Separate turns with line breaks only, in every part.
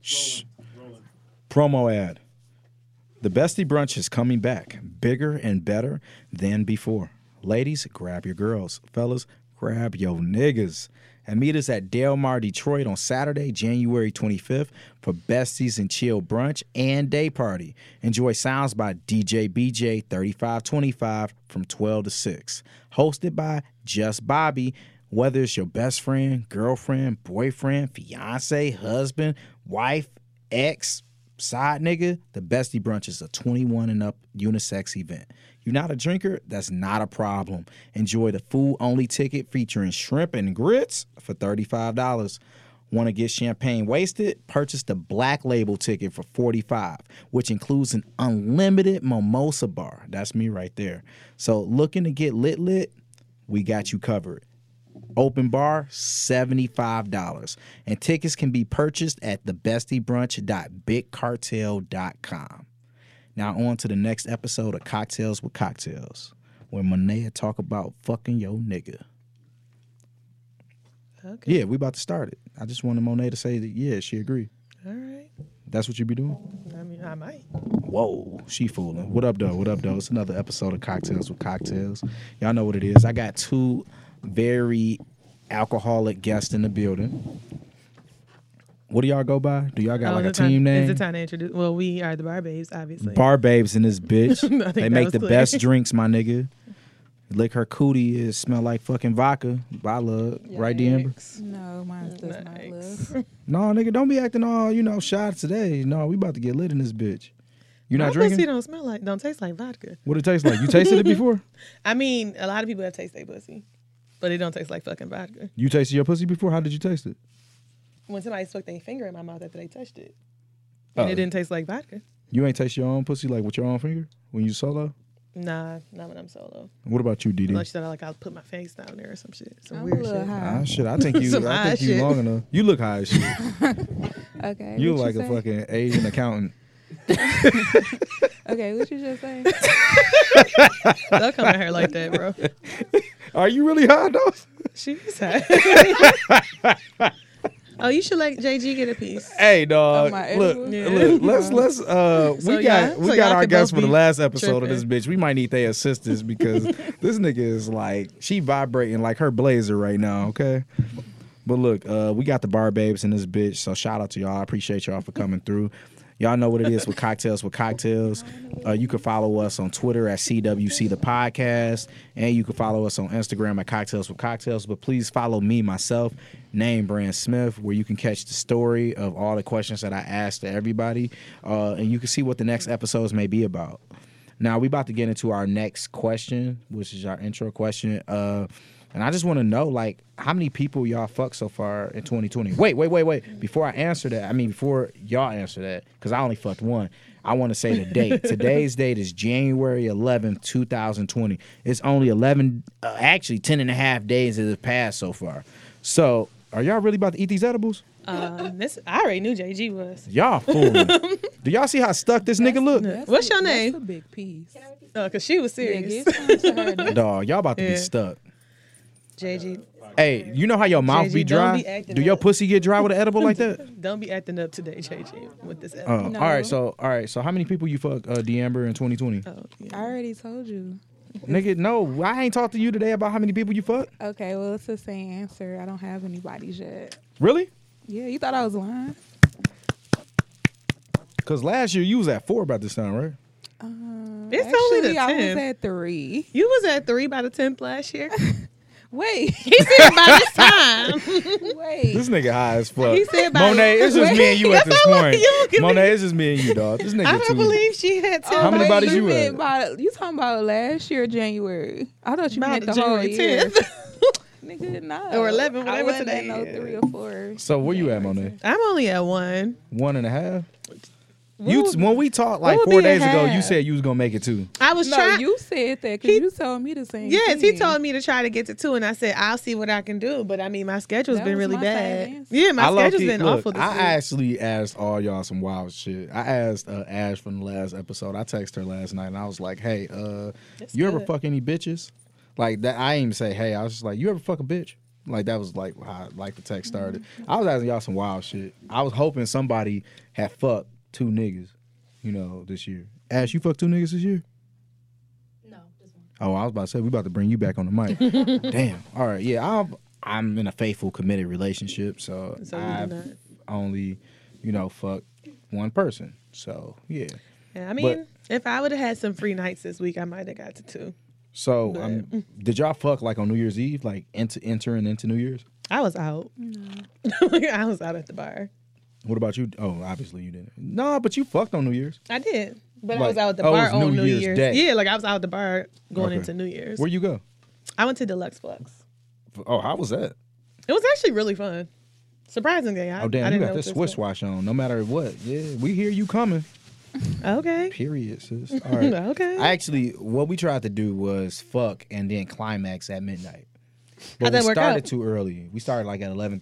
Shh. Promo ad. The Bestie Brunch is coming back bigger and better than before. Ladies, grab your girls. Fellas, grab your niggas. And meet us at Del Mar, Detroit on Saturday, January 25th for Besties and Chill Brunch and Day Party. Enjoy sounds by DJ BJ 3525 from 12 to 6. Hosted by Just Bobby. Whether it's your best friend, girlfriend, boyfriend, fiance, husband, wife, ex, side nigga, the Bestie Brunch is a 21 and up unisex event. You're not a drinker? That's not a problem. Enjoy the food only ticket featuring shrimp and grits for $35. Want to get champagne wasted? Purchase the black label ticket for 45, which includes an unlimited mimosa bar. That's me right there. So looking to get lit lit, we got you covered. Open bar, $75. And tickets can be purchased at thebestiebrunch.bigcartel.com. Now on to the next episode of Cocktails with Cocktails, where Manea talk about fucking yo nigga.
Okay.
Yeah, we about to start it. I just wanted Monet to say that yeah, she agreed.
All right.
That's what you be doing?
I mean, I might.
Whoa, she fooling. What up though? What up though? It's another episode of Cocktails with Cocktails. Y'all know what it is. I got two very alcoholic guests in the building. What do y'all go by? Do y'all got
Oh,
like a
is it time-
team name?
Is it time to introduce? Well, we are the Bar Babes, obviously.
Bar babes in this bitch.
I think
they
that
make
was
the
clear.
best drinks, my nigga. Lick her cootie is smell like fucking vodka. I love right, D Amber.
No, mine does not
Yikes.
look.
No, nigga, don't be acting all you know shy today. No, we about to get lit in this bitch. You
My
not
pussy
drinking?
don't smell like, don't taste like vodka.
What it tastes like? You tasted it before?
I mean, a lot of people have tasted their pussy, but it don't taste like fucking vodka.
You tasted your pussy before? How did you taste it?
When somebody stuck their finger in my mouth after they touched it, and
Oh.
it didn't taste like vodka.
You ain't taste your own pussy like with your own finger when you solo.
Nah, not when I'm solo.
What about you, DD?
Unless you thought like I'll put my face down there or some shit, some
I'm a
weird
little
shit.
high.
Ah, shit, I think you.
Some
I
high
think you
shit.
long enough. You look high as shit.
Okay.
You
what
like a
say?
fucking Asian accountant.
Okay, what you just say?
They'll come at her like that, bro.
Are you really high though?
She's high. oh, you should let JG get a piece.
Hey dog,
Oh, my
look,
edibles?
Yeah.
look, let's let's uh, we
So,
got
yeah,
we
so
got
y'all
our
could
guests
both
for the
be
last episode of this
tripping.
bitch. We might need their assistance because this nigga is like she vibrating like her blazer right now. Okay, but look, uh, we got the bar babes in this bitch. So shout out to y'all. I appreciate y'all for coming through. Y'all know what it is with cocktails with cocktails. Uh, you can follow us on Twitter at CWC the podcast, and you can follow us on Instagram at cocktails with cocktails. But please follow me myself, name Brand Smith, where you can catch the story of all the questions that I asked to everybody, uh, and you can see what the next episodes may be about. Now we about to get into our next question, which is our intro question. Uh, and I just want to know, like, how many people y'all fucked so far in 2020? Wait, wait, wait, wait. Before I answer that, I mean, before y'all answer that, because I only fucked one. I want to say the date. Today's date is January 11th, 2020. It's only 11, uh, actually 10 and a half days that have passed so far. So, are y'all really about to eat these edibles?
Um, this I already knew JG was.
Y'all fooling. Do y'all see how stuck this nigga look?
That's
What's
a-
your
that's
name?
a big piece.
No, cause she was
Yeah,
serious.
give some to her. That's
Dog, y'all about to
Yeah.
be stuck.
JG,
Hey, you know how your mouth
JG,
be
don't
dry?
be acting
Do your
up.
pussy get dry with an edible like that?
don't be acting up today, JG, with this.
Uh,
episode.
All right,
No.
so all right, so how many people you fuck uh, D'Amber in 2020?
Oh, yeah.
I already told you.
Nigga, no, I ain't talked to you today about how many people you fuck.
Okay, well, it's the same answer. I don't have anybody's yet.
Really?
Yeah, you thought I was lying?
Cause last year you was at four about this time, right?
Um,
It's
actually,
only the
I
10th.
was at three.
You was at three by the tenth last year.
Wait,
He said by this time.
This
wait.
nigga high as fuck.
He said by-
Monet, it's just me and you at this point.
you give me-
Monet, it's just me and you, dog. This nigga
I don't
too.
believe she had ten.
How many
wait,
bodies you
meant
at?
by- you talking about last year, January? I thought you
by
meant
the
the
January
whole year.
tenth.
Nigga, no.
Or 11,
I
whatever
wasn't
today
at no
is.
three or four.
So where you at, Monet?
I'm only at one.
One and a half. You
would-
when we talked like
would
four
be a
days ago, you
half?
said you was gonna make it too.
I was
No,
trying.
you said that because
He-
you told me the same.
Yes, he
thing.
told me to try to get to two, and I said I'll see what I can do. But I mean, my schedule's
That
been
was
really
my
bad.
same answer.
Yeah, my
low-key-
schedule's been
look,
awful this
I
week.
actually asked all y'all some wild shit. I asked uh, Ash from the last episode. I texted her last night and I was like, "Hey, uh,
That's
you ever
good.
fuck any bitches?" Like that. I didn't even say, "Hey." I was just like, "You ever fuck a bitch?" Like that was like how like the text
Mm-hmm.
started. I was asking y'all some wild shit. I was hoping somebody had fucked two niggas, you know, this year. Ash, you fucked two niggas this year?
No, just one.
Oh, I was about to say we about to bring you back on the mic. Damn. All right. Yeah, I'm I'm in a faithful, committed relationship, so,
So you do
I've
not.
only, you know, fucked one person. So yeah.
Yeah, I mean, if I would have had some free nights this week, I might have got to two.
So um, did y'all fuck like on New Year's Eve, like into entering into New Year's?
I was out. I was out at the bar.
What about you? Oh, obviously you didn't. No, but you fucked on New Year's.
I did. But
Like-
I was out at the
oh, it
bar
was
on
New
New,
Year's
Year's.
Day.
Yeah, like I was out at the bar going
Okay.
into New Year's.
Where you go?
I went to Deluxe Flux.
Oh, how was that?
It was actually really fun. Surprisingly, I,
Oh
I
damn, you
didn't
got
know
this
what to
Swiss
expect.
wash on, no matter what. Yeah, we hear you coming.
Okay.
Period, sis. All right.
Okay.
I actually, what we tried to do was fuck and then climax at midnight. But
How'd that
we
work
started
out? Mm-hmm.
too early. We started like at eleven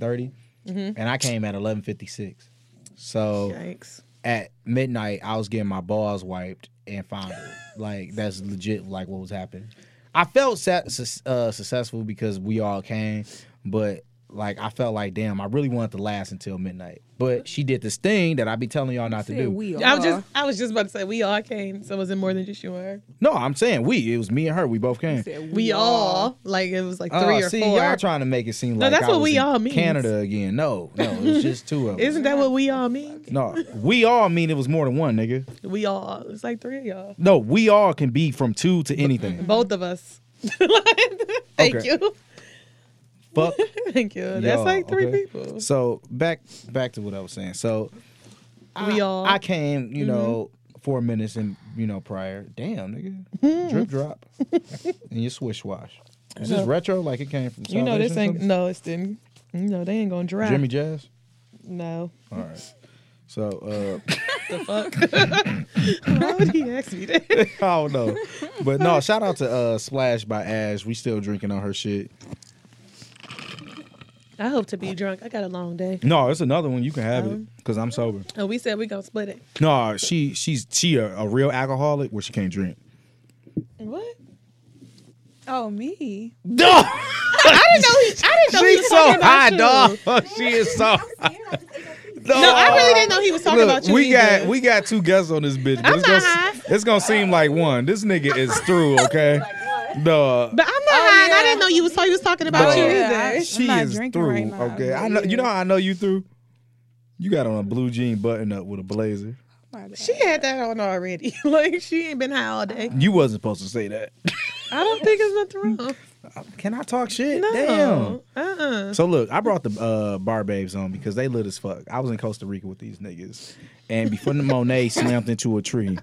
and I came at eleven fifty six. So
Yikes.
at midnight, I was getting my balls wiped and fondled. like that's legit, like what was happening. I felt sa- su- uh, successful because we all came, but like I felt like damn, I really wanted to last until midnight. But she did this thing that I be telling y'all not to
Said
do.
we
I
are.
was just I was just about to say we all came, so was it more than just you and her?
No, I'm saying we. It was me and her. We both came.
Said
We all like it was like three
Oh,
or
see,
4
y'all trying to make it seem like
that's
I
what
was
we
in
all means.
Canada again. No, no, it was just two of us.
Isn't that what we all mean?
no, we all mean it was more than one, nigga.
We all it's like three of y'all.
No, we all can be from two to anything.
Both of us. Thank
Okay.
you.
Fuck
Thank you. That's
y'all,
like three
okay?
people.
So back back to what I was saying. So I,
We all-
I came, you know,
Mm-hmm.
four minutes and you know prior. Damn, nigga, drip drop, and your swish wash. Is this
know.
retro? Like it came from
You know this
Salvation or
ain't no, it's didn't. You know they ain't gonna
something?
drive.
Jimmy Jazz.
No.
All right. So. uh
The fuck? Why would he ask me that?
I don't know. But no, shout out to uh, Splash by Ash. We still drinking on her shit.
I hope to be drunk. I got a long day.
No, it's another one. You can have
Um,
it because I'm sober.
Oh, we said we gonna split it.
No, she she's she a, a real alcoholic where she can't drink.
What?
Oh me.
No,
I didn't know he. I didn't know he
she's
was
so
talking about
high,
you.
dog. She is so.
I'm scared. I just ate that pizza.
No, I really didn't know he was talking
Look,
about you.
we
either.
got we got two guests on this bitch, but
I'm
it's gonna,
not
it's gonna seem like one. This nigga is through, okay? No,
But I'm not high, and I didn't know you was. So he was talking about
Oh,
you
yeah.
either.
I'm
she
not
is
drinking
through.
right now.
okay, I know. You know how I know you through. You got on a blue jean button up with a blazer.
My bad.
She had that on already. like she ain't been high all day.
You wasn't supposed to say that.
I don't think there's nothing wrong.
Can I talk shit?
No. Uh-uh.
So look, I brought the uh, bar babes on because they lit as fuck. I was in Costa Rica with these niggas, and before the Monet slammed into a tree,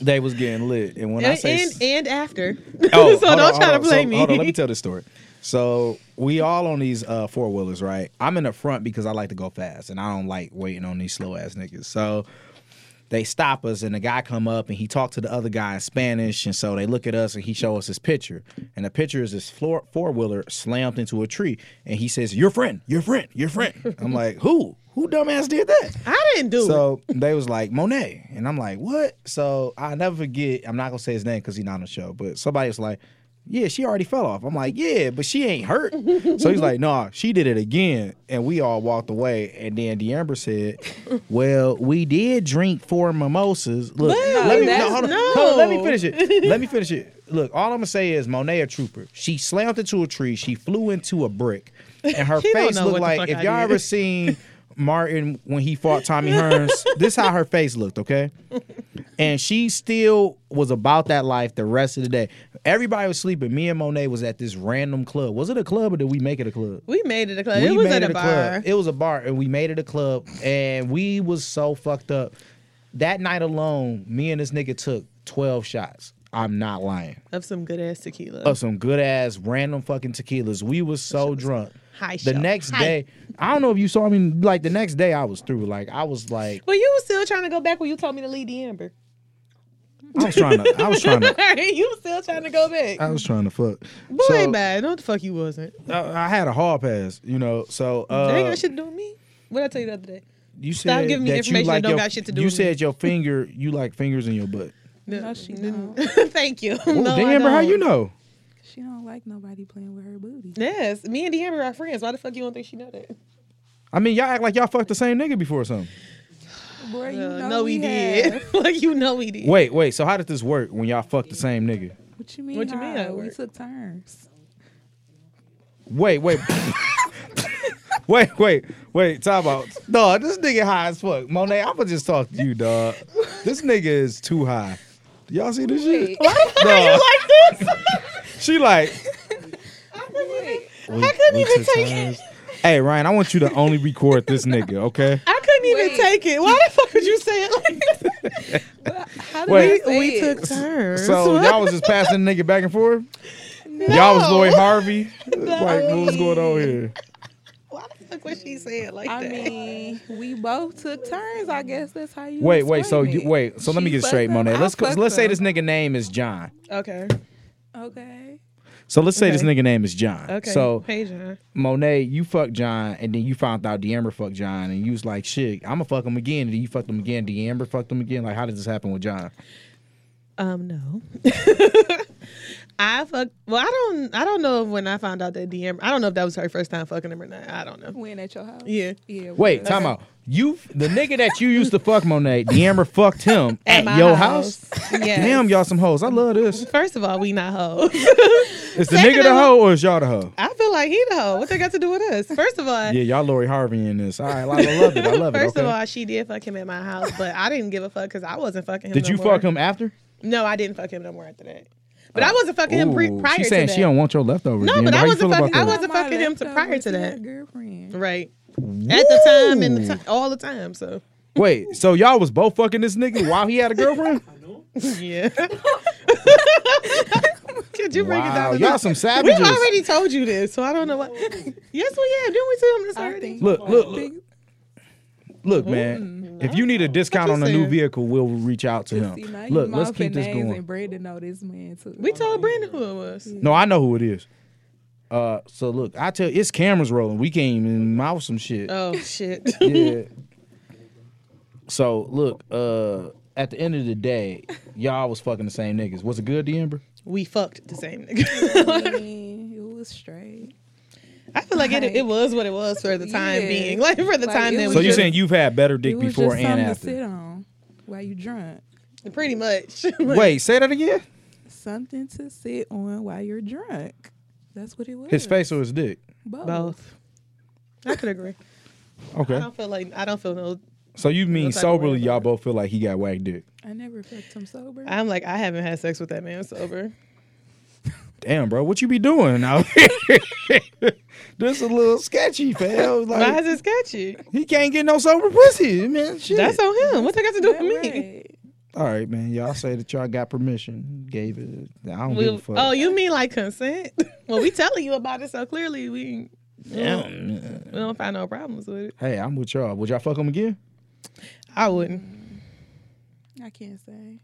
they was getting lit. And when I
And,
say
and, and after.
Oh,
so
hold
don't
on,
try
hold
to
on. So,
blame me.
Hold on, let me tell this story. So we all on these uh, four wheelers, right? I'm in the front because I like to go fast, and I don't like waiting on these slow ass niggas. So they stop us, and the guy come up, and he talked to the other guy in Spanish, and so they look at us, and he show us his picture, and the picture is this floor, four wheeler slammed into a tree, and he says, "Your friend, your friend, your friend." I'm like, "Who? Who dumbass did that?"
I didn't do it.
So they was like Monet, and I'm like, what? So I never forget. I'm not gonna say his name because he's not on the show, but somebody was like, yeah, she already fell off. I'm like, yeah, but she ain't hurt. so he's like, nah, she did it again, and we all walked away. And then D'Amber said, well, we did drink four mimosas. Look,
Well,
let me
that's-
hold on,
no.
hold on, let me finish it. Let me finish it. Look, all I'm gonna say is Monet a trooper. She slammed into a tree. She flew into a brick, and her
He don't
face
know
looked
what
like
the fuck
if
I
y'all
did.
ever seen Martin when he fought Tommy Hearns. this how her face looked, okay? And she still was about that life the rest of the day. Everybody was sleeping. Me and Monet was at this random club. Was it a club or did we make it a club?
We made it a club.
we
it was
made
at a bar.
club. It was a bar, and we made it a club, and we was so fucked up. That night alone, me and this nigga took twelve shots. I'm not lying.
Of some good ass tequila.
Of some good ass random fucking tequilas. We was so drunk.
High
The
show.
next
High.
day, I don't know if you saw me. Like the next day, I was through. Like I was like,
Well, you was still trying to go back when you told me to leave the Amber.
I was trying to, I was trying to,
you was still trying to go back.
I was trying to fuck.
Boy,
Uh, so,
bad. No, the fuck you wasn't.
I, I had a hall pass, you know. So uh,
Dang, that shit doing me. What I tell you the other day?
you said
Stop giving me
that
information
you
that
like
don't
your,
got shit to do
You
with me.
said your finger, you like fingers in your butt.
No, she
Mm.
don't.
Thank you.
Oh,
no, I
damn, bro, how you
don't.
know?
She don't like nobody playing with her booty.
Yes, me and Deamber are friends. Why the fuck you don't think she know that?
I mean, y'all act like y'all fucked the same nigga before or something.
Boy, you
Uh,
know
no,
we
we did.
have.
Like you know we did.
Wait, wait. So how did this work when y'all fucked the same nigga?
What you mean?
What you mean
how?
at
We
work?
took turns.
Wait, wait. wait, wait, wait. Time out. Dog, this nigga high as fuck. Monet, I'ma just talk to you, dog. This nigga is too high. Do y'all see this shit? Dog,
Like this.
she like.
I couldn't even take it.
Hey, Ryan, I want you to only record this nigga, okay?
I couldn't even
Wait.
take it. Why the fuck would you say it like that?
How did
Wait.
I say
We
it?
took turns.
So y'all was just passing the nigga back and forth. Y'all was
No.
Lloyd Harvey. Like, what was going on here?
Why the fuck was she saying like
I
that?
mean, we both took turns. I guess that's how you.
Wait, wait. So
explain
you,
it.
wait. So let me
She
get straight,
fucked him,
Monet.
I
Let's co-
fucked
let's say
him.
this nigga name is John.
okay.
Okay.
So let's say this
Okay.
nigga name is John.
Okay.
So
hey, John.
Monet, you fucked John, and then you found out D'Amber fucked John, and you was like, shit, I'ma fuck him again. And then you fucked him again. D'Amber fucked him again. Like, how did this happen with John?
Um, no. I fuck. Well, I don't. I don't know if when I found out that DM. I don't know if that was her first time fucking him or not. I don't know.
When at your house?
Yeah.
Yeah. we
Wait,
was.
time out. You the nigga that you used to fuck, Monet, D'Amber fucked him at,
my
your house.
Yes.
Damn, y'all some hoes. I love this.
First of all, we not hoes.
Is the
Second
nigga the
of all-
hoe or is y'all the hoe?
I feel like he the hoe. What they got to do with us? First of all,
Yeah, y'all Lori Harvey in this. All right, I love it. I love it.
First
okay.
of all, she did fuck him at my house, but I didn't give a fuck because I wasn't fucking him.
did
no
you
more.
fuck him after?
No, I didn't fuck him no more after that. But I wasn't fucking him pre-
Ooh,
prior
she saying
to that.
she don't want your leftovers.
No,
D'Amber.
but I
How you
wasn't
feel about
fucking- I
that?
wasn't
Not my
fucking him to prior
leftovers,
to
he
that.
my Girlfriend.
right at the time and the ti- all the time. So
Wait, so y'all was both fucking this nigga while he had a girlfriend?
yeah. Could you bring it
wow,
down? to
y'all
that?
some
We've
savages.
already told you this, so I don't know what. yes, we have. Didn't we tell him this
I
already?
think-
Look, look, look,
Think- Mm-hmm.
look, man. If you need a discount
you
on a new
saying?
vehicle, we'll reach out to
See,
him.
now you
Look, let's keep
mouthing
this
names
going.
And Brandon know this man too.
We told Brandon who it was.
No, I know who it is. Uh, so look, I tell it's cameras rolling. We can't even mouth some shit.
Oh shit.
yeah. So look, uh, at the end of the day, y'all was fucking the same niggas. Was it good, D'Amber?
we fucked the same nigga.
I mean, it was straight.
I feel like it, it was what it was for the time
Yeah.
being. Like for the
Like,
time
it
that
was
So
we
you
just-
saying you've had better
it
dick
was
before
just
and
something to sit
after?
on while you drunk.
pretty much.
Wait, say that again.
Something to sit on while you're drunk. That's what it was.
His face or his dick?
Both.
both. I could agree. I
Okay.
don't feel like I don't feel no.
So you mean
Looks like a weirdo.
soberly, y'all both feel like he got whack dick?
I never fucked him sober.
I'm like I haven't had sex with that man sober.
Damn, bro, what you be doing out here? this a little sketchy, fam.
Why
Like
is it sketchy?
he can't get no sober pussy, man. Shit.
That's on him. What that got to do with
That
me?
right.
All right, man. Y'all say that y'all got permission, gave it. I don't give a
We,
fuck.
oh, you mean like consent? well, we telling you about it, so clearly we
Damn.
we don't find no problems with it.
Hey, I'm with y'all. Would y'all fuck him again?
I wouldn't.
I can't say.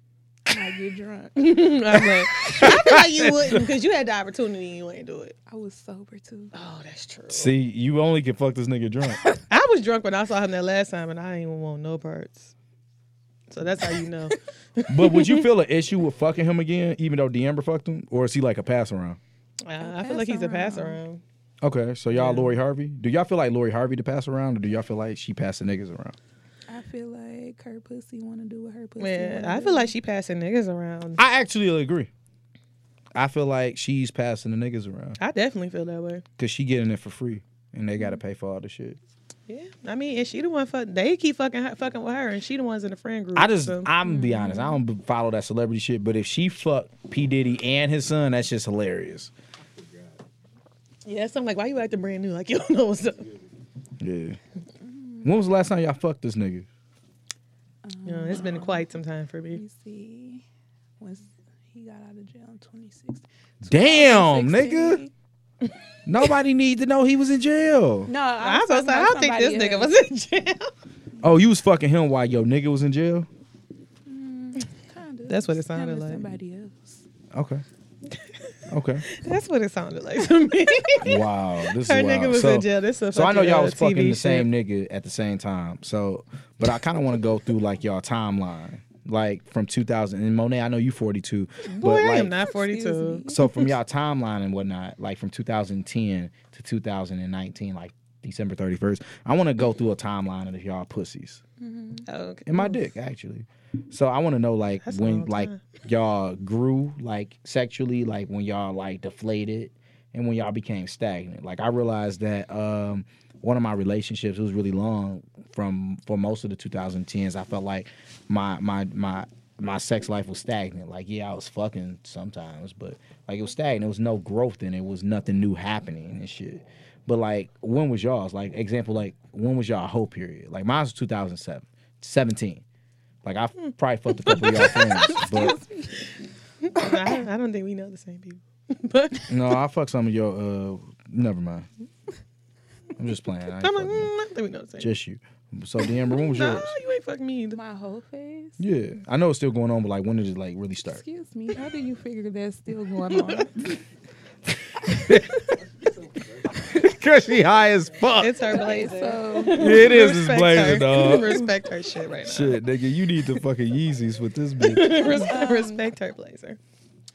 I get drunk.
I'm like, I feel like you wouldn't because you had the opportunity and you ain't do it.
I was sober too.
Oh, that's true.
See, you only can fuck this nigga drunk.
I was drunk when I saw him that last time, and I didn't even want no parts. So that's how you know.
but would you feel an issue with fucking him again, even though D'Amber fucked him, or is he like a pass around?
Uh, I feel like he's a pass around.
Okay, so y'all Lori Harvey. Do y'all feel like Lori Harvey to pass around, or do y'all feel like she passing niggas around?
I feel like her pussy want to do what her pussy.
Man,
wanna
I
do.
feel like she passing niggas around.
I actually agree. I feel like she's passing the niggas around
I definitely feel that way.
because she getting it for free, and they gotta pay for all the shit.
Yeah, I mean, and she the one fuck. They keep fucking her- fucking with her, and she the ones in the friend group.
I just,
so-
I'm gonna be honest. I don't b- follow that celebrity shit, but if she fucked P Diddy and his son, that's just hilarious.
yeah. So I'm like, why you acting brand new? Like you don't know what's up.
Yeah. When was the last time y'all fucked this nigga?
You know, it's been quite some time for
Let
me.
me see. Once he got out of jail in 26.
Damn, nigga.
2016.
Nobody need to know he was in jail.
No,
I
I
was
was
supposed
talking
to. I
about
don't think
somebody
this nigga was
else.
in jail.
Oh, you was fucking him while your nigga was in jail?
Kinda.
That's what it
Him
sounded
and
like.
Somebody else.
Okay. Okay.
That's what it sounded like to me.
Wow. This
her
is wild.
nigga was
so,
in jail. This is a
So I know
fucking,
y'all
uh,
was fucking
TV
the same
shit.
nigga at the same time. So, but I kind of want to go through like y'all timeline. like from 2000. And Monet, I know you 42,
Boy,
but
I
like
am not 42.
me.
so from y'all timeline and whatnot, like from 2010 to 2019, like December 31st, I want to go through a timeline of y'all pussies
Oh, okay.
and my dick actually. So I want to know like
That's a
when
long
like
time.
y'all grew like sexually, like when y'all like deflated and when y'all became stagnant. Like I realized that um one of my relationships was really long from for most of the 2010s. I felt like my my my my sex life was stagnant. Like yeah, I was fucking sometimes, but like it was stagnant. There was no growth in it. It was nothing new happening and shit. But like when was y'all's? Like example like when was y'all whole period? Like mine was 2007. 17. Like I probably fucked a couple of y'all friends, but
I, don't- I don't think we know the same people. but
no, I fucked some of your. Uh, never mind. I'm just playing. I ain't
I'm like,
fucking-
mm, I don't think we know the same.
just you. So the Amber, when was
no,
yours?
you ain't fucking me either.
My whole face.
Yeah, I know it's still going on, but like when did it like really start?
Excuse me. How do you figure that's still going on?
Cause she high as fuck.
It's her
Okay,
blazer.
so
it
Respect her. Respect her shit right now.
Shit, nigga, you need the fucking Yeezys with this bitch.
Res- respect her blazer.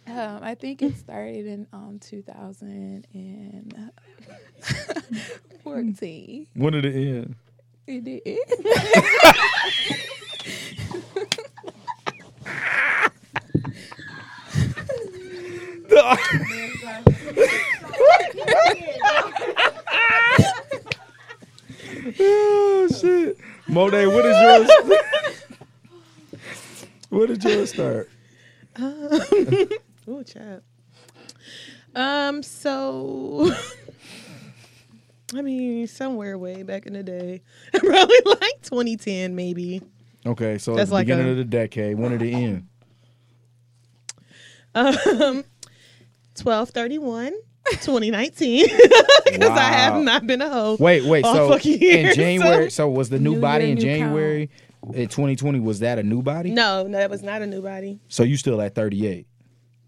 um, I think it started in um 2014.
When did it end?
It did.
oh shit, Monet, what is yours? Where did yours start?
Ooh, child. Um, so I mean, somewhere way back in the day, probably like 2010, maybe.
Okay, so
That's
at the
like
beginning
a-
of the decade, when did it end?
Um, 1231, 2019, because I
Wow.
have not been a hoe.
Wait, wait.
all
So
fucking year,
in January,
so-
so was the new,
New
body
year,
in
new
January in 2020? Was that a new body?
No, no, that was not a new body.
So you still at 38?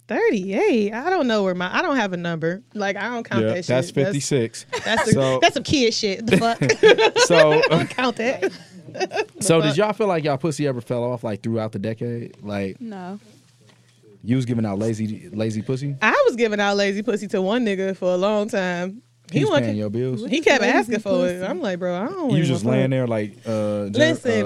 38. I don't know where my I don't have a number. Like I don't count that shit.
that's 56.
That's that's,
So-
a, that's some kid shit. The fuck?
so,
I don't count that.
so did y'all feel like y'all pussy ever fell off like throughout the decade? Like
No.
you was giving out lazy, lazy pussy?
I was giving out lazy pussy to one nigga for a long time.
He was
wanted-
paying your bills.
He kept asking for it. I'm like, bro, I don't.
You
even
just
want
laying there like, uh, Jer-
Listen,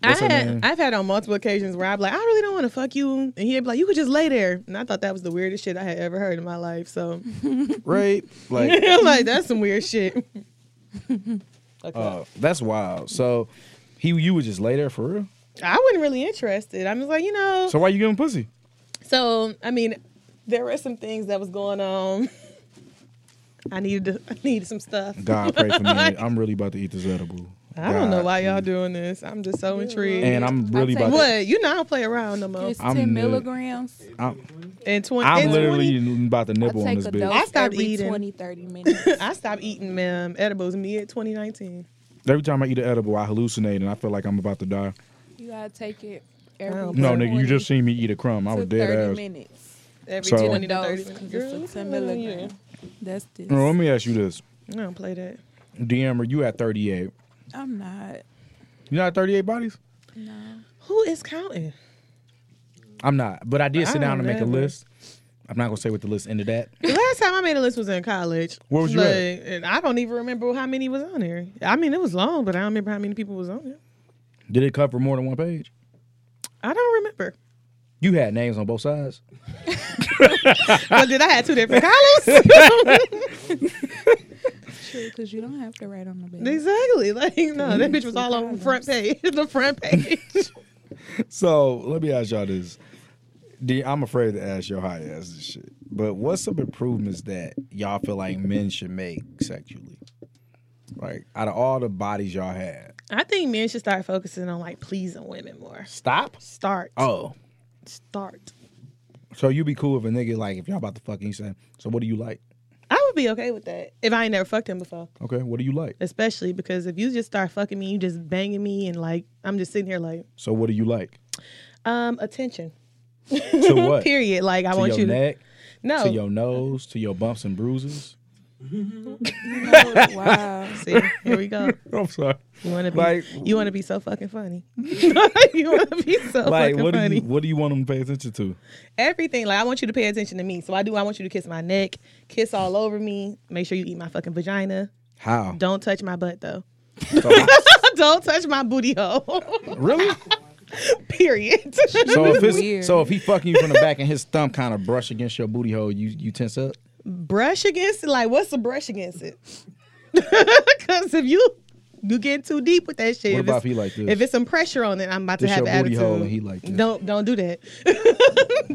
uh, what's
I
her
had,
name?
I've had on multiple occasions where I'm like, I really don't want to fuck you, and he'd be like, you could just lay there, and I thought that was the weirdest shit I had ever heard in my life. So
Rape? Like,
I'm like, that's some weird shit. Fuck up.
uh, that's wild. So he, you would just lay there for real.
I wasn't really interested. I'm just like, you know.
So why you giving pussy?
So I mean, there were some things that was going on. I needed to, I needed some stuff.
God pray for me. I'm really about to eat this edible.
I don't know
God,
why y'all
please.
doing this. I'm just so intrigued.
And I'm really
I'll
about.
take
To,
What you know? I don't play around no more.
It's
I'm
10
nut.
milligrams.
I'm,
And twenty,
I'm
and
literally about to
I
nibble on
take
this
a
bitch.
dose
I stopped
every
eating.
20, 30 minutes.
20 I stopped eating um, edibles mid 2019.
Every time I eat an edible, I hallucinate and I feel like I'm about to die.
you gotta take it every
No,
No,
20
nigga, you just seen me eat a crumb. I
to
was
30
dead ass.
minutes.
Every
So-
20 to
Dose,
30
'cause
minutes.
it's
Girl, I
a 10
don't know
milligram. That's this.
Now, let me ask you this,
you. I don't play that.
DM, are you at 38?
I'm not.
You not at 38 bodies?
No.
Who is counting?
I'm not, but I did sit
I
down and make a
remember.
list. I'm not gonna say what the list ended at.
The last time I made a list was in college.
Where was you at?
And I don't even remember how many was on there. I mean, it was long, but I don't remember how many people was on there.
Did it cover more than one page?
I don't remember.
You had names on both sides.
well, did I have two different columns?
True, because you don't have to write on the back.
exactly. Like, no, that bitch was all on the front page. The front page.
So let me ask y'all this. D, I'm afraid to ask your high ass this shit, but what's some improvements that y'all feel like men should make sexually? Like out of all the bodies y'all had,
I think men should start focusing on like pleasing women more.
stop.
Start.
Oh,
Start.
So you be cool if a nigga like if y'all about to fuck and you say, so what do you like?
I would be okay with that if I ain't never fucked him before.
Okay, what do you like?
Especially because if you just start fucking me, you just banging me, and like I'm just sitting here like,
So what do you like?
um, attention.
To what?
Period. Like I
to
want
your
you to
neck,
no.
to your nose, to your bumps and bruises.
You know, wow.
See, here we go.
I'm sorry.
You want to be
Like-
you want to be so fucking funny. you want to be so
Like,
fucking
what do
funny.
you what do you want them to pay attention to?
Everything. Like I want you to pay attention to me. So I do. I want you to kiss my neck, kiss all over me. Make sure you eat my fucking vagina.
How?
Don't touch my butt though.
So,
Don't touch my booty hole.
really?
Period.
So if
Weird.
it's, so if he fucking you from the back and his thumb kind of brush against your booty hole, you you tense up.
brush against it. Like what's the brush against it? Because if you you get too deep with that shit,
What
if
about
it's-
if he like this?
If it's some pressure on it, I'm about
This
to have
your
an
booty
attitude.
hole and he like this.
Don't don't do that.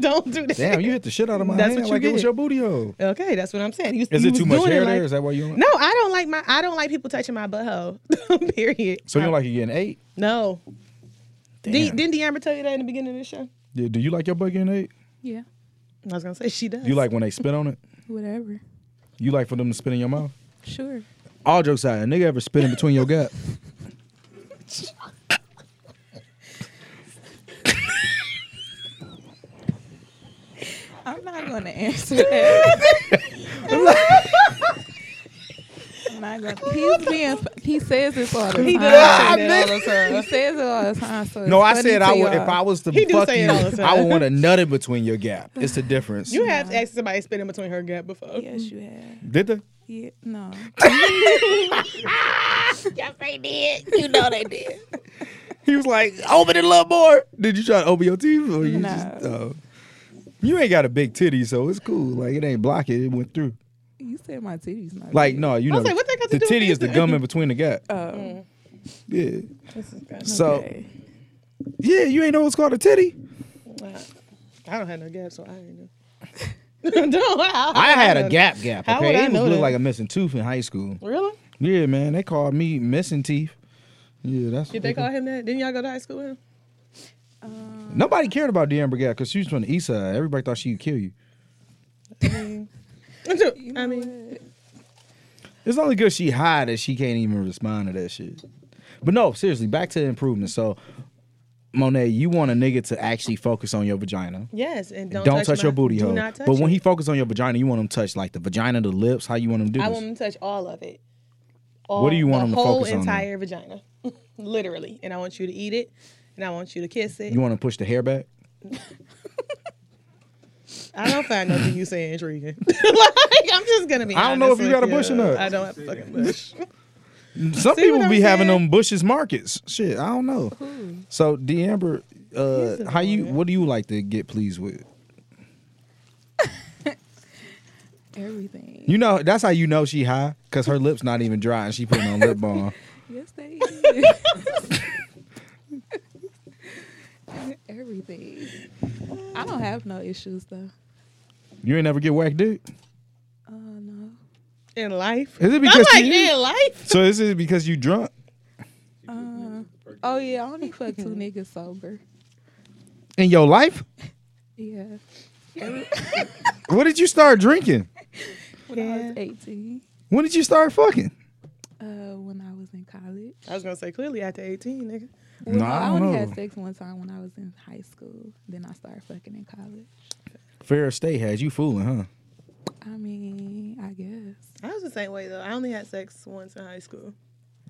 don't do that.
Damn, you hit the shit out of my
That's
hand
what you
like it was
get.
your booty hole.
Okay, that's what I'm saying. He was-
Is
he
it
was
too much
doing it
hair
like-
there? Is that why you don't?
No, I don't like my. I don't like people touching my butthole. Period.
So you don't like you getting eight?
No.
Damn.
D- didn't Deamber tell you that in the beginning of the show?
Yeah, do you like your butt getting eight?
Yeah.
I was gonna say she does.
You like when they spit on it?
Whatever.
You like for them to spit in your mouth?
Sure.
All jokes out, a nigga ever spit in between your gut?
I'm not going to answer that. I'm not going to. He's being. He says this all the time.
He
He,
does
Ah,
say that all the time.
says it all the time. So it's
No, I
funny
said
to
I would.
y'all.
If I was to
He do
fuck
say
you,
it all the
I
time.
would want a nut in between your gap. It's the difference.
You have asked somebody to spit in between her gap before.
Yes, you have.
Did they?
Yeah. No.
He was like, open it a little more. Did you try to open your teeth? Or you
No.
just uh, you ain't got a big titty, so it's cool. Like it ain't blocked. It went through.
You said my titties not.
Like
big.
no, you
I
know,
was like, what that got to
the
do with
titty
these
is the
things?
gum in between the gap.
Oh.
Yeah.
This is bad.
So
okay.
yeah, you ain't know it's called a titty.
I don't have no gap, so I ain't know. no, I,
I had a gap gap.
How would
Okay,
I
it was
know
looked
that?
like a missing tooth in high school.
Really?
Yeah, man, they called me missing teeth. Yeah, that's
Did they call him that? Didn't y'all go to high school with him?
Nobody cared about Deamber Gap because she was from the east side. Everybody thought she'd kill you.
You
I
know
mean,
what?
It's only good she high that she can't even respond to that shit. But no, seriously, back to the improvement. So, Monet, you want a nigga to actually focus on your vagina.
yes, and don't,
Don't, touch,
my-
your booty
do
hole.
Not touch
But when
it.
he focus on your vagina, you want him to touch like the vagina, the lips. How you want him to do
I
this?
want him to touch all of it.
What do you
All-
want him
the
to
whole
focus on, though?
entire vagina, literally. And I want you to eat it, and I want you to kiss it.
you want to push the hair back?
I don't find nothing you say intriguing. like I'm just gonna be.
I don't know
honest
if you got
with
a bush or not.
I don't have a fucking bush.
Some
See
people
what
be
I'm
having
saying?
them bushes markets. Shit, I don't know. So, Deamber, uh, how you? What do you like to get pleased with?
Everything.
You know, that's how you know she high because her lips not even dry and she putting on lip balm.
Yes, they is. Everything. I don't have no issues though.
You ain't never get whacked dick.
Oh no.
In life,
Is it
I'm
because
like
you,
in life.
so? Is it because you drunk?
Uh, oh yeah, I only fuck two niggas sober.
in your life?
Yeah,
When did you start drinking?
when I was eighteen.
When did you start fucking?
Uh, when I was in college.
I was gonna say clearly after 18, nigga.
Well,
Nah, I don't
only
know.
had sex one time when I was in high school. Then I started fucking in college.
Ferris State had you fooling, huh?
I mean, I guess.
I was the same way though. I only had sex once in high school.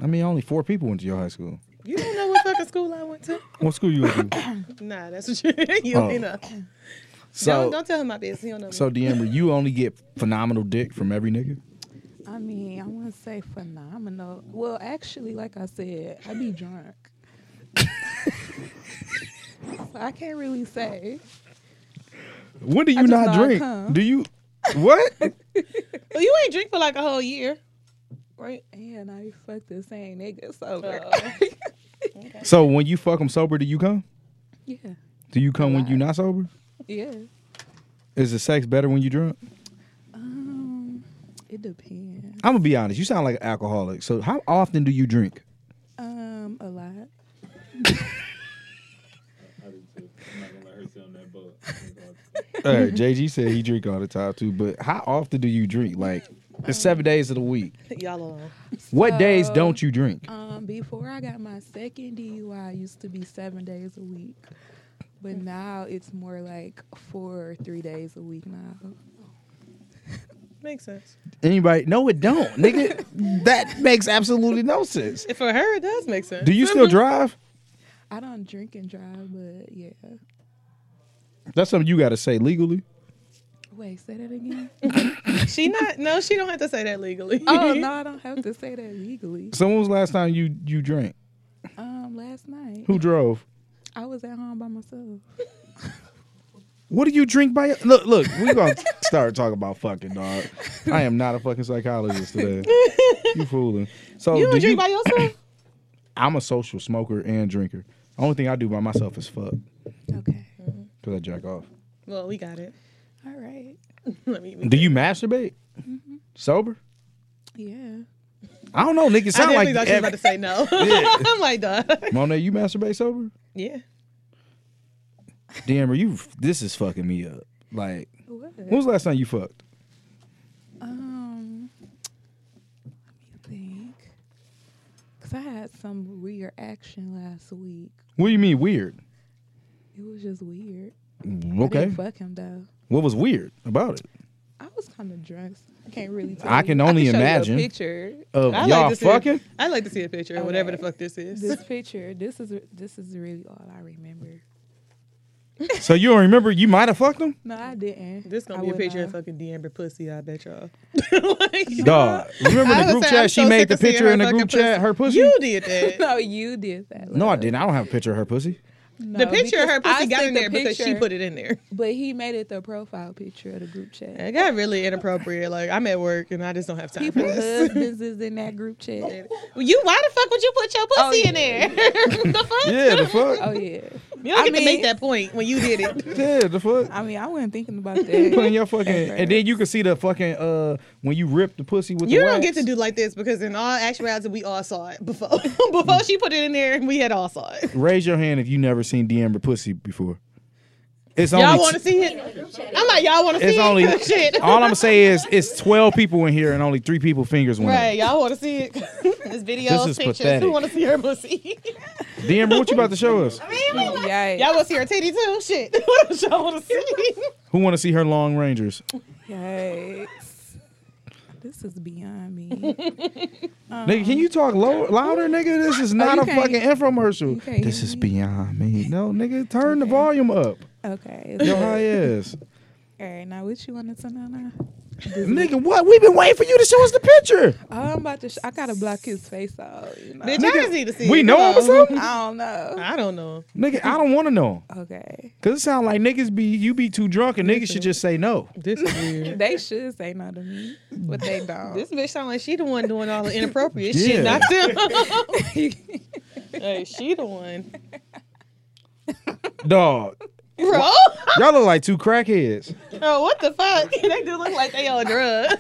I mean, only four people went to your high school.
You don't know what fucking school I went to?
What school you went to?
Nah, that's what you, you
Oh.
ain't know.
so,
don't, don't tell him my business. He don't know. me.
so Deamber, you only get phenomenal dick from every nigga.
I mean, I wouldn't say phenomenal. Well, actually, like I said, I be drunk. so I can't really say.
When do you
just
not
know I
drink?
come.
Do you? What?
Well, you ain't drink for like a whole year, right?
And I fuck the same nigga
Uh,
sober.
Uh-oh.
so when you fuck them sober, do you come?
yeah.
Do you come when you not sober?
Yeah.
Is the sex better when you drunk?
Um, it depends.
I'm gonna be honest. You sound like an alcoholic. So how often do you drink?
Um, a lot.
All right, JG said he drink all the time too. But how often do you drink? Like, it's seven days of the week.
Y'all alone.
What days
Uh,
So-
don't you drink?
Um, before I got my second DUI, I used to be seven days a week, but now it's more like four or three days a week now.
Makes sense.
Anybody? No, it don't, nigga. that makes absolutely no sense.
If for her, it does make sense.
Do you still drive?
I don't drink and drive, but yeah.
That's something you got to say legally.
Wait, say that again.
She not. No, she don't have to say that legally.
oh no, I don't have to say that legally.
So when was the last time you you drank?
Um, last night
Who drove?
I was at home by myself.
What do you drink by? Look, look, we gonna start talking about fucking dog. I am not a fucking psychologist today. You fooling. So
You don't
Oh, do
drink
you-
by yourself.
I'm a social smoker and drinker. Only thing I do by myself is fuck
Okay.
because I jack off.
well, we got it.
All right.
Let me.
Do you masturbate?
Mm-hmm.
Sober?
Yeah.
I don't know, nigga. It
I
sound
definitely
like
thought you was about to say no. I'm like, duh.
Monet, you masturbate sober?
Yeah.
Damn, are you? This is fucking me up. Like,
What?
when was the last time you fucked?
Um, let me think. Cause I had some weird action last week.
What do you mean weird?
It was just weird. I
Okay,
didn't fuck him though.
what was weird about it?
I was kind of drunk. so I can't really. Tell
I can
you.
only
show you a
imagine.
picture.
Of
I
y'all
like to see.
fucking?
I like to see a picture of whatever the
Okay.
fuck this is.
This picture. This is this is really all I remember.
So you don't remember? You might have fucked him,
No, I didn't.
This gonna
I
be a
would
picture
not.
of fucking D'Amber pussy. I bet y'all. like,
dog. Remember
I
the
would
group
say I'm
chat? She
so
made
sick
the
of seeing
picture
her
in the
fucking
group chat. Her pussy.
you did that.
No, you did that.
No, I
love.
didn't. I don't have a picture of her pussy.
No,
the picture of her
because
pussy
I
got
sent
in
the
there because she
picture,
put it in there.
But he made it the profile picture of the group chat.
It got really inappropriate. Like I'm at work and I just don't have time for
People
this.
husbands is in that group chat.
You why the fuck would you put your pussy
Oh,
in there? the fuck?
Yeah, the fuck.
Oh yeah.
You don't get
I
to
mean-
make that point when you did it.
Yeah, the fuck.
I mean, I wasn't thinking about
Putting
that.
your fucking, and then you can see the fucking uh when you rip the pussy with
You
the
don't
wax.
get to do like this because in all actuality we all saw it before. before she put it in there, we had all saw it.
Raise your hand if you never seen D'Amber pussy before. It's only
Y'all want to see it? I'm like, y'all want to see
it's
it?
only
Shit.
all I'm gonna say is it's twelve people in here and only three people fingers went
Right, y'all want to see it? There's videos,
is
pictures.
pathetic.
Who want to see her pussy?
up. D'Amber, what you about to show us?
Yikes.
y'all want to see her titty too? Shit. what else y'all want to see?
Who want to see her long rangers?
Yikes. This is beyond me.
nigga, can you talk low, louder, nigga? This is not
Oh, you
a
can't-
fucking
you
infomercial.
can't
This
hear
is
me.
beyond me. No, nigga, turn the volume up.
Okay.
Yo, high ass.
All right. Now, what you wanted to know now?
nigga, what? We've been waiting for you to show us the picture.
Oh, I'm about to. Sh- I gotta block his face out. You know?
Bitch, I just need to see
we
it.
know
Come
him or
on.
something?
I don't know.
I don't know.
Nigga, I don't want to know.
Okay.
Cause it sound like niggas be you be too drunk and niggas should just say no.
This is weird.
They should say no to me, but they don't.
This bitch sound like she the one doing all the inappropriate
Yeah.
shit, not them. hey, she the one,
Dog.
bro.
Y'all look like two crackheads.
Bro, what the fuck? they do look like they on drugs.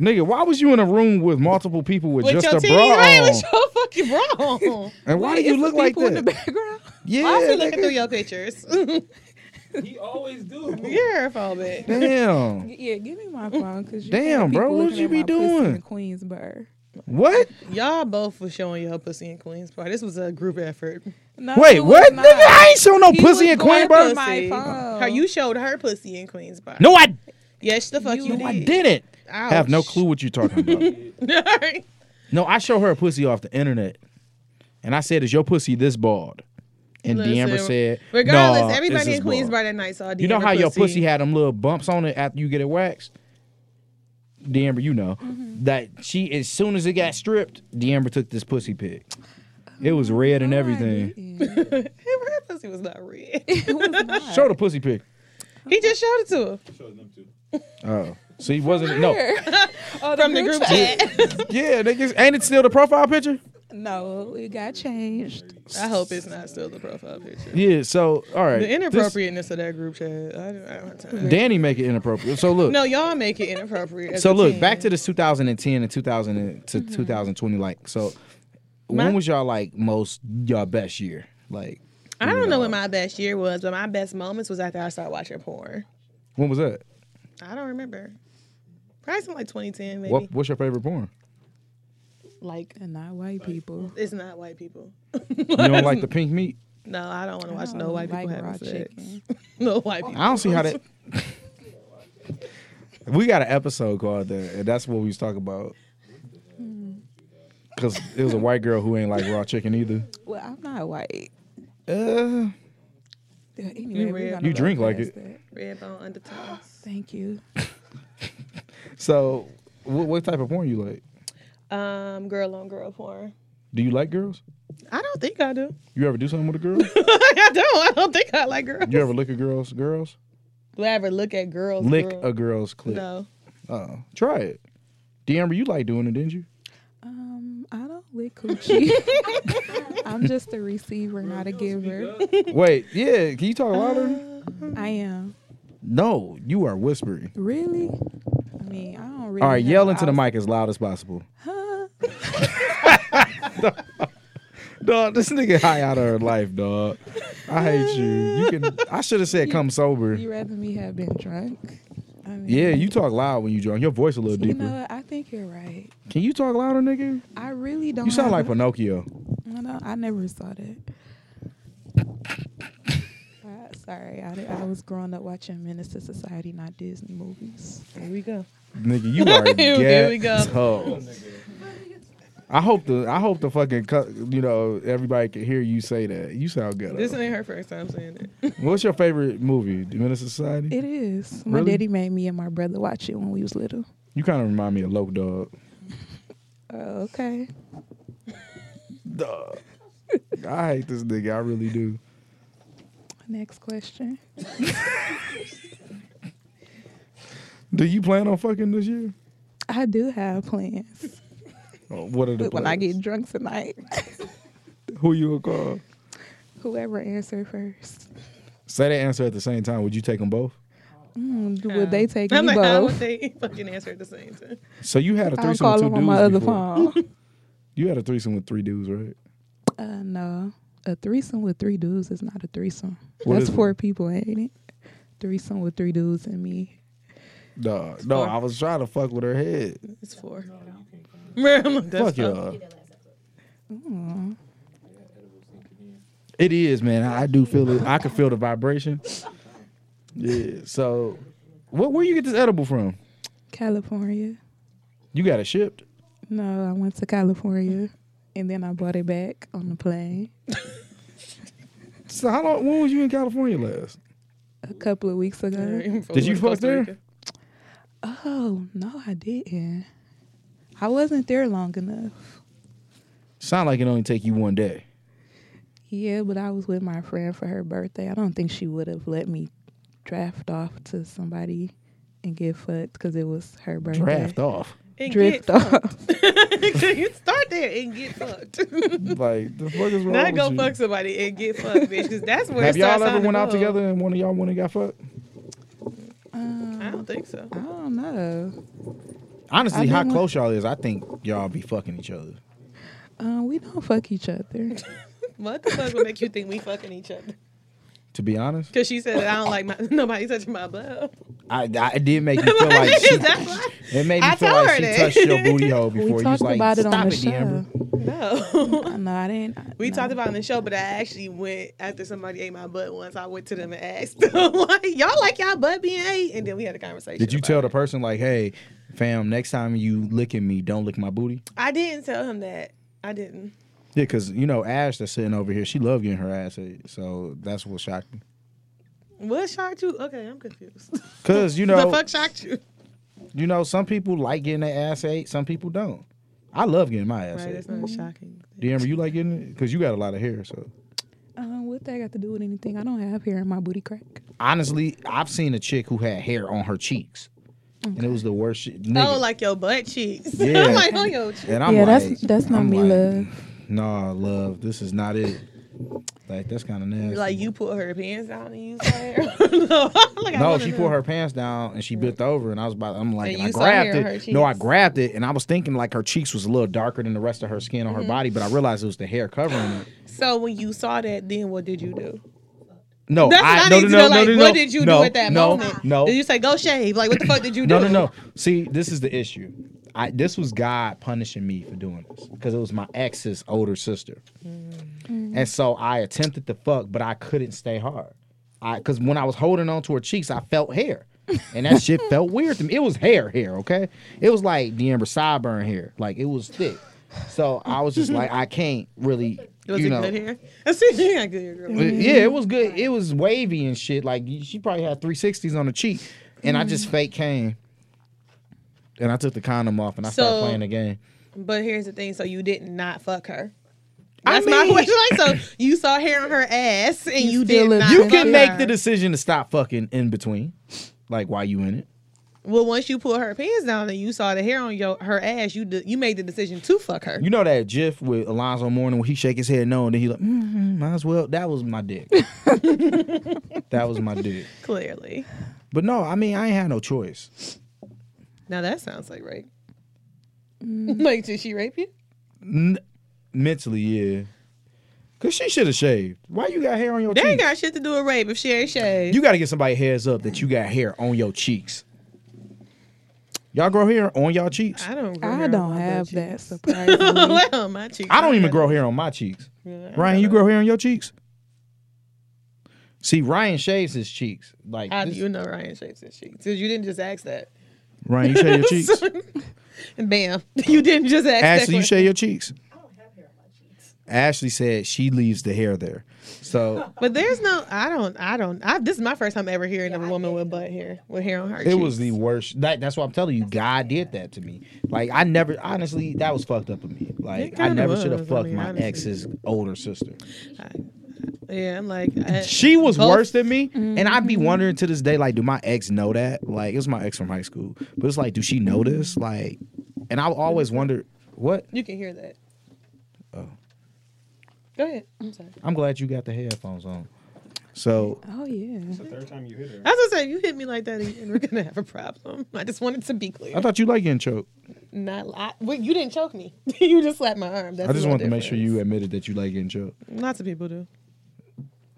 Nigga, why was you in a room with multiple people with,
with
just
your
a
teeth,
bra
right?
on?
With your fucking bra on.
And why do
Wait,
you
it's the
look like
people
that?
in the background?
yeah,
Why is he looking
nigga.
through your pictures?
He always do.
You're a phobic.
Damn.
Yeah, give me my phone, cause you
Damn,
had
bro,
people
what
looking
you
at
be
my pussy
doing?
in Queensboro.
What?
Y'all both were showing your pussy in Queens Park. This was a group effort.
No,
Wait,
it was
what?
not.
Nigga, I ain't show no
He
pussy
was
in
going
Queensboro.
through My phone.
Her, you showed her pussy in Queens Park.
No, I,
Yes, the fuck you,
You-
did.
I didn't.
Ouch.
I have no clue what you're talking about.
Alright.
no, I show her a pussy off the internet. And I said, Is your pussy this bald? And Deamber
Listen,
said,
Regardless,
"Nah, it's
everybody
this
in Queens
bald."
Park that night saw Deamber
You know how your pussy had them little bumps on it after you get it waxed? Deamber, you know.
Mm-hmm.
That she as soon as it got stripped, Deamber took this pussy pic. It was red and
No, I
everything.
didn't.
her pussy was not red.
It was not.
Show the pussy pic.
He just showed it to her
Oh. So he wasn't no.
Oh,
from the group chat.
Yeah, niggas ain't it still the profile picture?
No, it got changed.
I hope it's not still the profile picture.
Yeah, so all right.
The
This-
inappropriateness of that group chat. I don't, I don't have time.
Danny make it inappropriate. So look.
No, y'all make it inappropriate. as
so
a
look,
team.
back to this 2010 and 2000 and to 2020 like so
Mm-hmm. My-
when was y'all like most y'all best year? Like
I don't
Yeah.
know what my best year was, but my best moments was after I started watching porn.
when was that?
I don't remember. Probably something like 2010, maybe.
What what's your favorite porn?
Like,
And uh, not white people.
it's not white people.
You don't like the pink meat?
No, I don't want to watch
I
no
don't
white
like
people
raw
having sex.
chicken.
No white people.
I don't see how that. We got an episode called that, and that's what we was talking about.
Mm.
Cause it was a white girl who ain't like raw chicken either.
Well, I'm not white. Uh,
Uh,
Anyway, we're
red.
gonna
You
go
drink like
past
it.
that.
Red bone undertones.
Thank you.
so what, what type of porn you like?
Um, girl on girl porn.
Do you like girls?
I don't think I do.
You ever do something with a girl?
I don't. I don't think I like girls.
You ever lick a girl's girls?
Do I ever look at girls?
Lick
girl?
a girl's clit.
No.
Uh, try it. D'Amber, you like doing it, didn't you?
Um, I don't lick coochie. I'm just a receiver, not a giver.
Wait, yeah. Can you talk louder?
I am.
Uh, No, you are whispering.
Really? I mean, I don't really.
All right,
have
yell
a
into the
out-
mic as loud as possible.
Huh?
Dog, this nigga high out of her life, dog. I hate you. You can. I should have said come sober.
You rather me have been drunk? I mean,
Yeah, you talk loud when you drunk. Your voice a little
You know
deeper.
what? I think you're right.
Can you talk louder, nigga?
I really don't.
You sound like
have a-
Pinocchio.
I know. I never saw that. Uh, Sorry, I, did- I was growing up watching Menace to Society, not Disney movies.
Here we go.
Nigga, you are
Here we go.
ghetto. I hope the I hope the fucking cu- you know everybody can hear you say that. You sound ghetto.
This ain't her first time saying it.
What's your favorite movie? The Menace to Society.
It is. My
Really?
daddy made me and my brother watch it when we was little.
You kind of remind me of Loke Dog.
Oh, okay.
Duh. I hate this nigga. I really do.
Next question.
Do you plan on fucking this year?
I do have plans.
Or what are the
But when I
plans?
get drunk tonight,
Who you gonna call?
whoever answer first.
Say the answer at the same time. Would you take them both?
Mm, d- will they take
I'm
me
like, how would
both?
they fucking answer at the same time?
So you had a
I'll
threesome
call
with two
them
dudes
on my other
before.
phone.
You had a threesome with three dudes, right?
uh, no. A threesome with three dudes is not a threesome.
What
That's
is it?
four people, ain't it? Threesome with three dudes and me.
No, no.
far.
I was trying to fuck with her head.
It's four. I'm like, that's
fuck y'all.
fine.
Mm.
It is, man. I I do feel it. I can feel the vibration. Yeah. So, what? Where you get this edible from?
California.
You got it shipped.
No, I went to California and then I bought it back on the plane
So how long? When was you in California last?
a couple of weeks ago.
Did you fuck there?
Oh, no, I didn't. I wasn't there long enough.
Sound like it only take you one day.
Yeah, but I was with my friend for her birthday. I don't think she would have let me draft off to somebody and get fucked because it was her birthday.
Draft off.
And
Drift
Drift
off.
you start there and get fucked.
Like the fuck is wrong
Not
with
go
you?
fuck somebody and get fucked, bitch. Because that's where
Have
it
y'all
starts
ever
on the
went out
bug.
together and one of y'all went and got fucked?
Um,
I don't think so.
I don't know.
Honestly,
I've
how
been with-
close y'all is, I think y'all be fucking each other.
Um, we don't fuck each other.
What the fuck would make you think we fucking each other?
To be honest,
Because she said that I don't like my nobody touching my butt.
I, I it did make me feel like she,
That's why-
it made me
I
feel
told
like
her
she
that.
touched your booty hole before.
we
you was
talked
like,
about it
stop
on the
it, D'Amber.
show.
no.
I know I didn't. I-
We
no.
talked about it on the show, but I actually went after somebody ate my butt once. I went to them and asked them, like, y'all like y'all butt being ate? And then we had a conversation.
Did you
about
tell
it.
the person like, hey, fam, next time you licking me, don't lick my booty?
I didn't tell him that. I didn't.
Yeah, because you know Ash that's sitting over here, she love getting her ass ate, so that's what shocked me.
What shocked you? Okay, I'm confused.
Cause you know,
the fuck shocked you?
you know, some people like getting their ass ate, some people don't. I love getting my ass ate.
not shocking.
D'Amber, you like getting it? Cause you got a lot of hair, so.
Um, what that got to do with anything? I don't have hair in my booty crack.
honestly, I've seen a chick who had hair on her cheeks, and it was the worst shit. Nigga.
Oh, like your butt cheeks.
Yeah.
I'm like, oh, your cheeks.
and I'm
yeah,
like,
that's that's not
I'm
me,
like,
love.
Nah, love, this is not it. Like that's kind of nasty.
Like you pull her pants down and you saw her. no, I'm like, I
no,
wanna
she
know.
pulled her pants down and she bent over, and I was about. I'm like, and
And you
I
saw
grabbed
hair on
it.
her
No, I
cheeks.
grabbed it, and I was thinking like her cheeks was a little darker than the rest of her skin on
Mm-hmm.
her body, but I realized it was the hair covering it.
So when you saw that, then what did you do?
No,
That's
Oh, I,
what I
no,
need
no,
to
no,
know.
no,
Like,
no,
what
no,
did you
no,
do at that
no,
moment?
No,
Did you say go shave? Like, what the fuck did you do?
No, no, no. See, this is the issue. I this was God punishing me for doing this because it was my ex's older sister, and so I attempted to fuck, but I couldn't stay hard. I because when I was holding on to her cheeks, I felt hair, and that shit felt weird to me. It was hair hair, okay? It was like the Amber sideburn hair, like it was thick. So I was just like, I can't really.
Was
you
it
know,
good hair? I see you got good hair, girl.
but yeah, it was
Mm-hmm.
good. It was wavy and shit. Like you- she probably had three sixties on the cheek, and I
Mm-hmm.
just fake came. And I took the condom off and I started
So-
playing the game.
But here's the thing: so you did not fuck her.
I
That's my
mean-
question. Like, so you saw hair on her ass, and you,
still
did
a
not.
You
I
fuck
can make the
her.
decision to stop fucking in between, like while you in it.
well. Once you pulled her pants down and you saw the hair on your her ass, you did, you made the decision to fuck her.
You know that GIF with Alonzo Mourning when he shake his head no, and then he like, mm might as well. That was my dick. that was my dick.
Clearly,
But no, I mean I ain't had no choice.
now that sounds like rape.
Mm.
like, did she rape you?
N- mentally, yeah. Cause she should have shaved. Why you got hair on your
They ain't
cheeks?
got shit to do with rape if she ain't shaved.
You got to get somebody heads up that you got hair on your cheeks. Y'all grow hair on y'all cheeks.
I don't. grow hair
I
on
don't
my butt
have
cheeks.
that surprisingly.
well, my cheeks.
I don't even
got
grow hair on my cheeks.
Yeah, I
Ryan, you
got
grow hair on your cheeks? See, Ryan shaves his cheeks. Like
How do
this-
you know Ryan shapes his cheeks? Because you didn't just ask that.
Ryan, you shave your cheeks.
Bam. You didn't just ask that.
Ashley, you
question.
shave your cheeks.
I don't have hair on my cheeks.
Ashley said she leaves the hair there. So
But there's no, I don't, I don't. I, this is my first time ever hearing of a woman with butt hair, with hair on her.
it was the worst. That, that's what I'm telling you. God did that to me. Like I never, honestly, that was fucked up of me. Like I
kinda
never should have
was, I
fucked
mean,
my
honestly.
ex's older sister.
Yeah, I'm like, I,
She was
Uh, Both- Mm-hmm.
worse than me, and I'd be wondering to this day, like, do my ex know that? Like, it was my ex from high school, but it's like, do she know this? Like, and I always wonder what.
you can hear that. Oh. Go ahead. I'm sorry.
I'm glad you got the headphones on. So
oh yeah.
the third time you hit her.
I was gonna say, if you hit me like that again, we're gonna have a problem. I just wanted to be clear.
I thought you like getting choked.
Not, I, well, you didn't choke me. you just slapped my arm. That's
I just
no
wanted to make sure
difference.
you admitted that you like getting choked.
Lots of people do.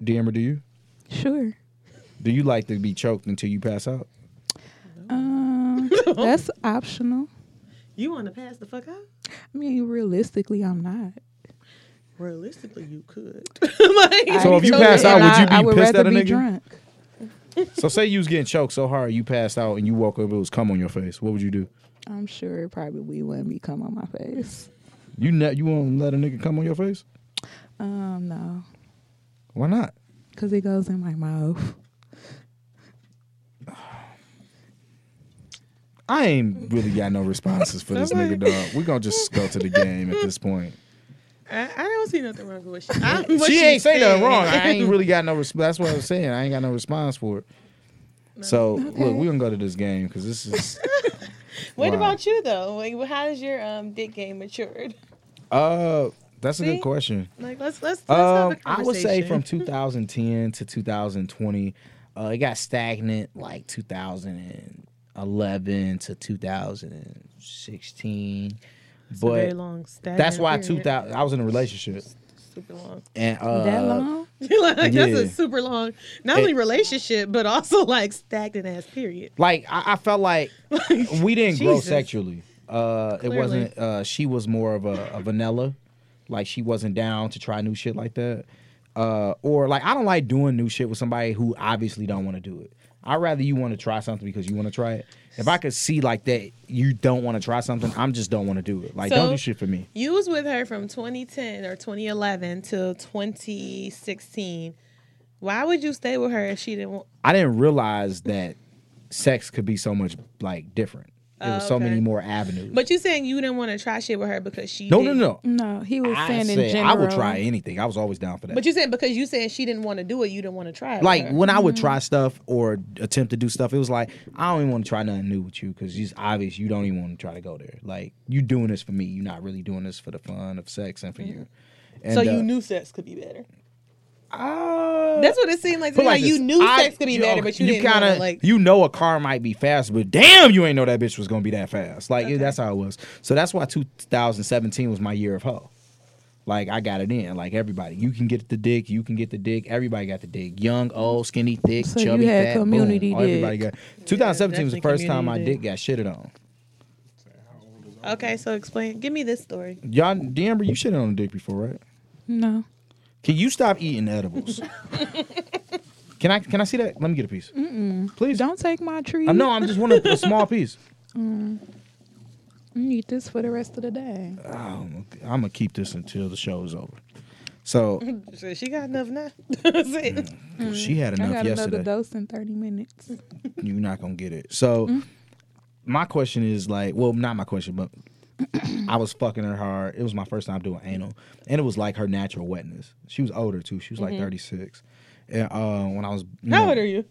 Damn, or do you?
Sure.
Do you like to be choked until you pass out?
Um, that's optional.
You want to pass the fuck out?
I mean, realistically, I'm not.
Realistically, you could. like,
So if you
I-
pass out, would
and
you
I- I
be
would
pissed at
rather
a
be
nigga?
Drunk.
So say you was getting choked so hard you passed out and you woke up it was cum on your face. What would you do?
I'm sure it probably wouldn't be come on my face.
You not you won't let a nigga come on your face?
Um, no,
Why not?
because it goes in my mouth.
I ain't really got no responses for this nigga dog. We gonna just go to the game at this point.
I, I don't see nothing wrong with what she. I,
she,
what
ain't say nothing
said.
wrong. I ain't really got no response. That's what I'm saying. I ain't got no response for it. So look, we gonna go to this game because this is
What
Wow.
about you though? Like, how has your um dick game matured?
uh that's a
See?
good question.
Like, let's let's. let's
Um,
have a
I would say
conversation.
from 2010 to 2020, uh, it got stagnant like 2011 to 2016.
It's a very
But
long
that's
stagnant
why
period.
2000 I was in a relationship
super long.
and uh,
that long?
like, That's
yeah.
a super long, not only relationship but also like stagnant ass period.
like I, I felt like we didn't grow
Jesus.
sexually. Uh, it
Clearly.
wasn't. Uh, she was more of a, a vanilla, like she wasn't down to try new shit like that. Uh, or like I don't like doing new shit with somebody who obviously don't want to do it. I would rather you want to try something because you want to try it. If I could see like that, you don't want to try something. I'm just don't want to do it. Like don't
So-
do shit for me.
You was with her from 2010 or 2011 till 2016. Why would you stay with her if she didn't want?
I didn't realize that sex could be so much like different. It was so
Ah, okay.
many more avenues.
But you saying you didn't want to try shit with her because she
no, no,
didn't-
no.
No, he was
I
saying in
said I
general.
would try anything. I was always down for that.
But you saying because you said she didn't want to do it, you didn't want to try it. with
like
her.
when I would try stuff or attempt to do stuff, it was like I don't even want to try nothing new with you because it's obvious you don't even want to try to go there. Like you doing this for me, you're not really doing this for the fun of sex and for you. And,
Mm-hmm. so
uh,
you knew sex could be better.
uh,
That's what it seemed like. to
put
me, Like,
this,
you knew
I-
sex could be better, but you, didn't
kinda-
want to like.
you know a car might be fast, but damn, you ain't know that bitch was gonna be that fast. Like yeah,
Okay.
that's how it was. So that's why 2017 was my year of hoe. Like I got it in. Like everybody, you can get the dick. You can get the dick. Everybody got the dick. Young, old, skinny, thick,
So you
chubby,
had
fat. boom.
community
Oh, Everybody
dick.
got. 2017 was the
definitely
first time my dick
community
got shitted on.
Okay, so explain. Give me this story.
Y'all, D'Amber, you shitted on a dick before, right?
No,
Can you stop eating edibles? Can I can I see that? Let me get a piece. Please.
Don't take my tree.
Uh, no, I'm just wanting a small piece.
You need this for the rest of the day.
I'm gonna Oh, keep this until the show is over. So
So she got enough now.
Hmm,
That's it.
she had
I
enough
got
yesterday.
another dose in 30 minutes.
You're not gonna get it. So
Mm-hmm.
my question is like, well, not my question, but I was fucking her hard. It was my first time doing anal, and it was like her natural wetness. She was older too. She was like 36. And uh, when I was you
Mm-hmm. How
know,
old are you?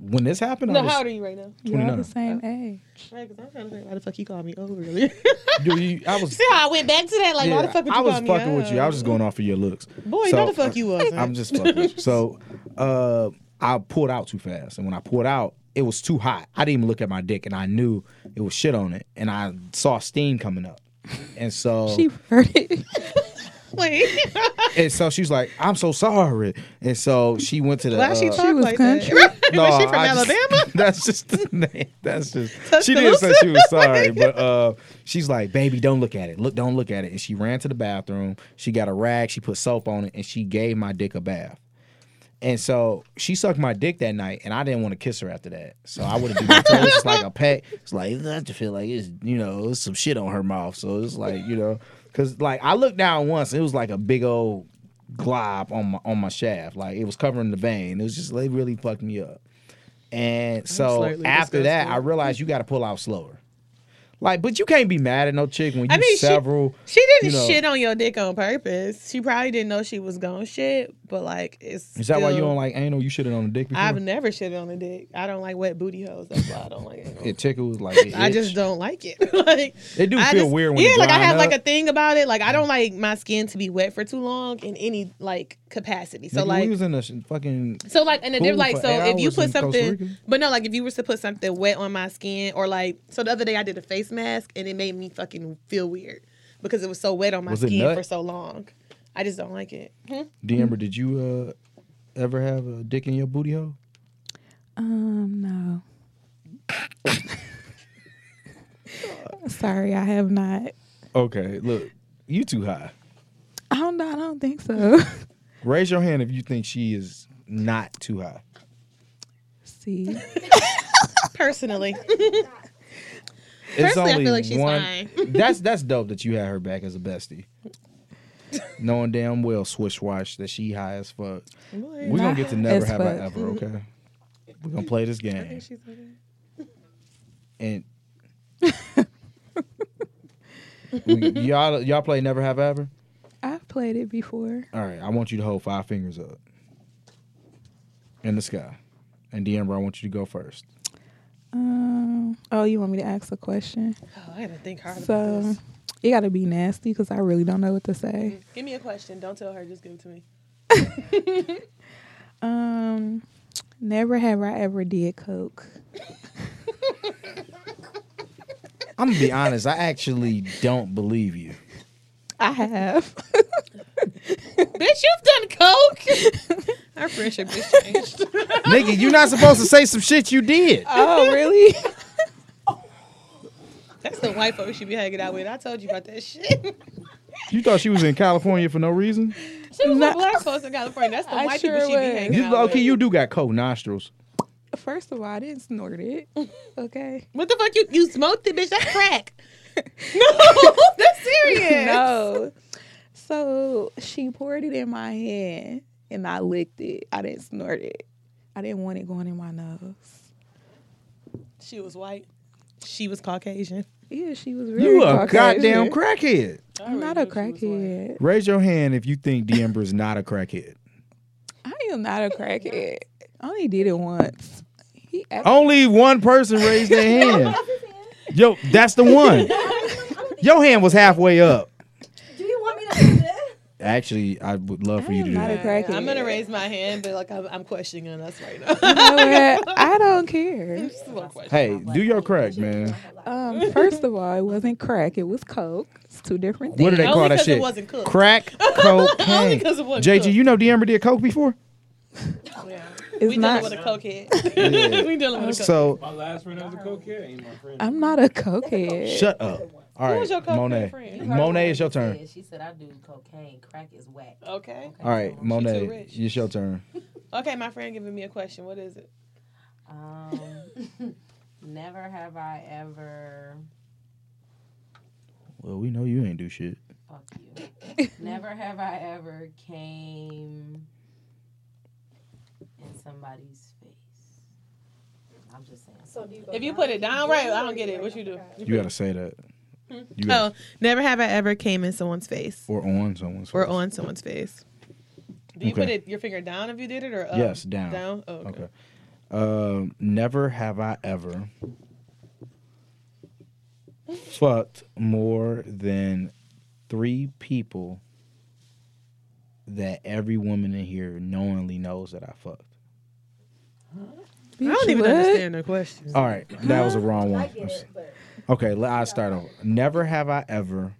when this happened, I
No,
was,
how old are you right now?
Y'all
29.
the same age.
Right, 'cause I'm trying to think why the fuck you called me over earlier.
Dude, you- I was
See how I went back to that? Like, why the
yeah,
fuck would you
I was
call me
fucking with you. I
out?
was just going off of your looks.
Boy,
So, uh,
no the fuck you wasn't.
I'm just fucking with you. So uh, I pulled out too fast. And when I pulled out, it was too hot. I didn't even look at my dick and I knew it was shit on it. And I saw steam coming up. And so
She heard it.
Wait.
and so she's like, I'm so sorry. And so she went to the
Why she
uh,
talk
was
like
country.
that? Right?
No,
was she from
I just-
Alabama?
that's just the name. That's just she didn't say she was sorry, but uh, she's like, "Baby, don't look at it. Look, don't look at it." And she ran to the bathroom. She got a rag. She put soap on it, and she gave my dick a bath. And so she sucked my dick that night, and I didn't want to kiss her after that. So I would have been my toes just like a pet. It's like I have to feel like it's you know it's some shit on her mouth. So it's like you know, cause like I looked down once, and it was like a big old glob on my on my shaft. Like it was covering the vein. It was just they really fucked me up. And so after
slightly
that,
disgusted.
I realized you got to pull out slower. Like, but you can't be mad at no chick when you
I mean, she-
several.
She didn't
you know-
shit on your dick on purpose. She probably didn't know she was gonna shit, but like it's
Is that why you
still-
don't like anal? You shit it on the dick. Before?
I've never shitted on a dick. I don't like wet booty hoes. That's why I don't like it.
it tickles like it
I just
itch.
don't like it. like
It do
I
feel
just-
weird when
yeah,
it
like I
drying
have like
up.
a thing about it. Like I don't like my skin to be wet for too long in any like capacity. So
Nigga,
like
we was in a sh- fucking
So like and they're
Cool
like
for
so
eight
if you
hours
put
in Costa Rica.
something but no like if you were to put something wet on my skin or like so the other day I did a face mask and it made me fucking feel weird because it was so wet on my
Was it
skin
nut?
for so long. I just don't like it. Hmm?
D Amber, did you uh, ever have a dick in your booty hole?
Um, no. Sorry, I have not.
Okay, look, you too high.
I don't know. I don't think so.
Raise your hand if you think she is not too high.
See,
Personally.
It's
Personally, I feel like she's fine.
that's that's dope that you had her back as a bestie. Knowing damn well, swish wash, that she high as fuck. We're gonna get to never
as
have I
fuck.
ever, okay? We're gonna play this game.
She's like,
And we, y'all y'all play Never Have I Ever?
I've played it before.
All right, I want you to hold five fingers up in the sky. And D'Amber, I want you to go first.
Um, oh, you want me to ask a question?
Oh, I gotta think hard about
So
this.
you got to be nasty because I really don't know what to say.
Give me a question. Don't tell her, just give it to me.
Um, never have I ever did coke.
I'm gonna be honest, I actually don't believe you.
I have.
Bitch, you've done coke. Our friendship is changed.
Nigga, you're not supposed to say some shit you did.
oh, really?
That's the white folks she be hanging out with. I told you about that shit.
You thought she was in California for no reason?
She was
No.
with black folks in California. That's the
I
white
sure
people she be
was.
hanging
You,
out
okay,
with.
you do got cold nostrils.
First of all, I didn't snort it. Okay.
What the fuck? You you smoked it, bitch? That's crack. no, that's serious.
No. So she poured it in my hand and I licked it. I didn't snort it. I didn't want it going in my nose.
She was white. She was Caucasian.
Yeah, she was really.
You a
Caucasian.
goddamn crackhead.
I'm not a crackhead.
Raise your hand if you think D'Amber is not a crackhead.
I am not a crackhead. I only did it once. He asked
Only one person raised their hand. Yo, that's the one. Your hand was halfway up.
Do you want me to do this?
Actually, I would love for
I
you
am
to do
not a
that.
crackhead.
I'm gonna raise my hand, but like I'm, I'm questioning us right now.
You know what? I don't care.
Just a little question.
Hey, do your crack, man.
Um, first of all, it wasn't crack. It was coke. It's two different things.
What do they
Only
call that
'cause it
shit?
wasn't cooked.
Crack cocaine.
'cause it wasn't
JG,
cooked.
you know D'Amber did coke before?
Yeah.
It's
We
not.
dealing with a cokehead. we dealing with a cokehead.
So
My last friend that was a cokehead ain't my
Uh,
friend.
I'm not a cokehead.
shut up. All
Who
right,
was your cokehead
Monet.
friend?
Monet, it's your turn.
She said, I do cocaine. Crack is whack.
Okay.
All right,
She too
Monet,
rich.
it's your turn.
Okay, my friend giving me a question. What is it?
Um, never have I ever.
Well, we know you ain't do shit.
Fuck you. never have I ever came in somebody's face. I'm just saying.
So do you go
If you
down
put it
the
down
drain
right, I
or
don't
you
get it.
write
What
on
you
the
do?
card?
You gotta say that. You gotta,
Oh, never have I ever came in someone's face
Or on someone's
or
face.
on someone's face. Do you
Okay.
put it your finger down if you did it or up?
Yes, down.
Down. Oh, okay.
Okay. Um, never have I ever fucked more than three people that every woman in here knowingly knows that I fucked.
I don't even understand the question.
All right, that was the wrong
I
one.
get it, but
Okay, let I start over. Never have I ever.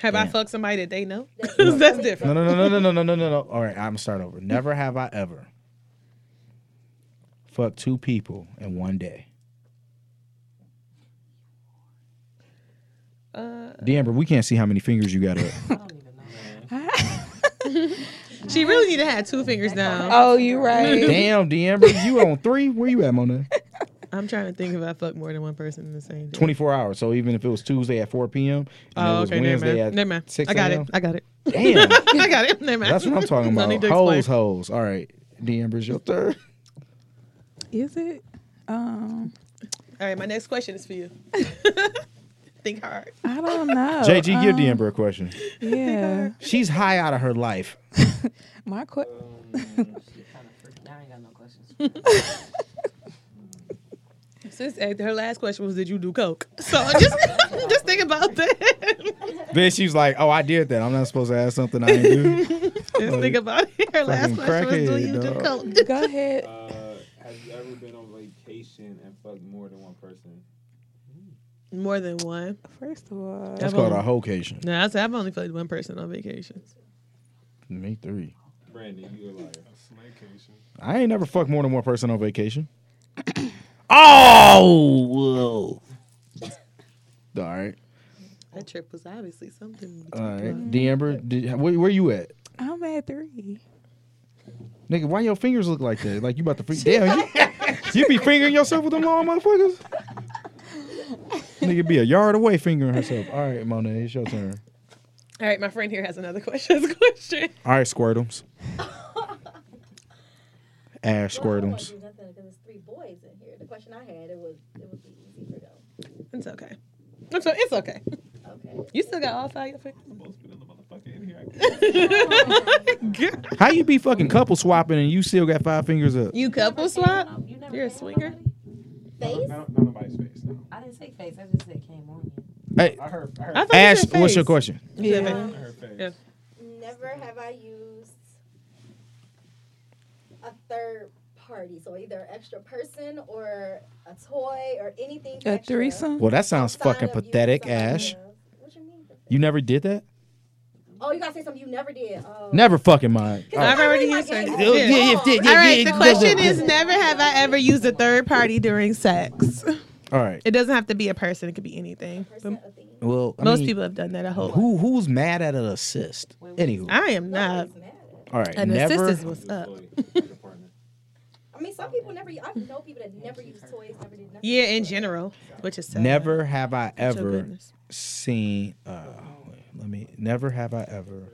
Have I
Yeah.
fucked somebody that they know? That's
No,
different.
no, no, no, no, no, no, no, no, no. All right, I'm gonna start over. Never have I ever fucked two people in one day.
Uh,
D'Amber, we can't see how many fingers you got up.
I don't even know.
she really need to have two fingers down.
Oh, you right.
Damn, D'Amber, you on three? Where you at, Mona?
I'm trying to think if I fucked more than one person in the same day.
24 hours. So even if it was Tuesday at 4 p.m. and
Oh,
it was
okay. Never
Wednesday
mind.
at
Never mind.
6
I got
a.m.
it. I got it.
Damn.
I got it. Never mind.
That's what I'm talking
No
about.
need to explain.
Hoes, hoes. All right. D'Amber's your third.
Is it? Um,
All right, my next question is for you. Think hard.
I don't know.
JG, give
Um,
D'Amber a question.
Yeah.
She's high out of her life.
My qu-
She kind of freaked. I ain't got no questions.
Since uh, her last question was, "Did you do coke?" So just, just think about that.
Then she's like, oh, I did that. I'm not supposed to ask something I didn't do.
just think about it. Her last
Fucking
question was,
crackhead,
"Do you do
dog.
coke?"
Go ahead.
Uh, have you ever been on vacation and fucked more than one person?
More than one.
First of all,
That's called a hocation.
No, I said I've only fucked one person on vacation.
Me three.
Brandon, you a liar.
I ain't never fucked more than one person on vacation. oh! Whoa. All right.
That trip was obviously something.
All right. D'Amber, did, where, where you at?
I'm at three.
Nigga, why your fingers look like that? Like you about to freak. Damn, you, you be fingering yourself with them long motherfuckers? Nigga be a yard away fingering herself. All right, Mona, it's your turn.
All right, my friend here has another question. question.
All right, Squirtums. Ash
Well, I don't wanna
Squirtums.
do nothing because it's three boys in here. The question I had, it was it would be easy for them.
It's okay. I'm sorry, it's okay.
Okay.
You still got all five your fingers. Girl,
How you be fucking couple swapping and you still got five fingers up?
you couple swap?
um, You never
You're a
came on
swinger?
nobody?
Face.
Not, not nobody's face, no.
I didn't say face. I just said came on you.
Hey,
I heard, I heard,
I thought you
Ash,
said
what's your
face.
question?
You said
I
face.
heard face.
Yeah.
Never have I used a third party, so either an extra person or a toy or anything.
A
extra
threesome.
Well, that sounds
outside
fucking
of using
pathetic,
somebody
Ash.
else. What you mean? pathetic?
You never did that?
Oh, you gotta say something you never did. Oh.
Never fucking mind. All right.
I've already
my
used
God.
hers.
Oh,
Yeah.
yeah, yeah, yeah, yeah,
All right, the
yeah.
question is never have I ever used a third party during sex.
All right.
It doesn't have to be a person, it could be anything. But
Person, a thing.
Well, I
most
mean,
people have done that, I hope.
Who who's mad at an assist? Anywho.
I am not.
Nobody's mad at it.
All right.
An
never.
assist is what's up.
I mean, some people never. I know people that never use toys, never did nothing.
Yeah, in general, which is sad.
Never have I
Such a
ever
goodness.
seen. Uh, wait, let me. Never have I ever.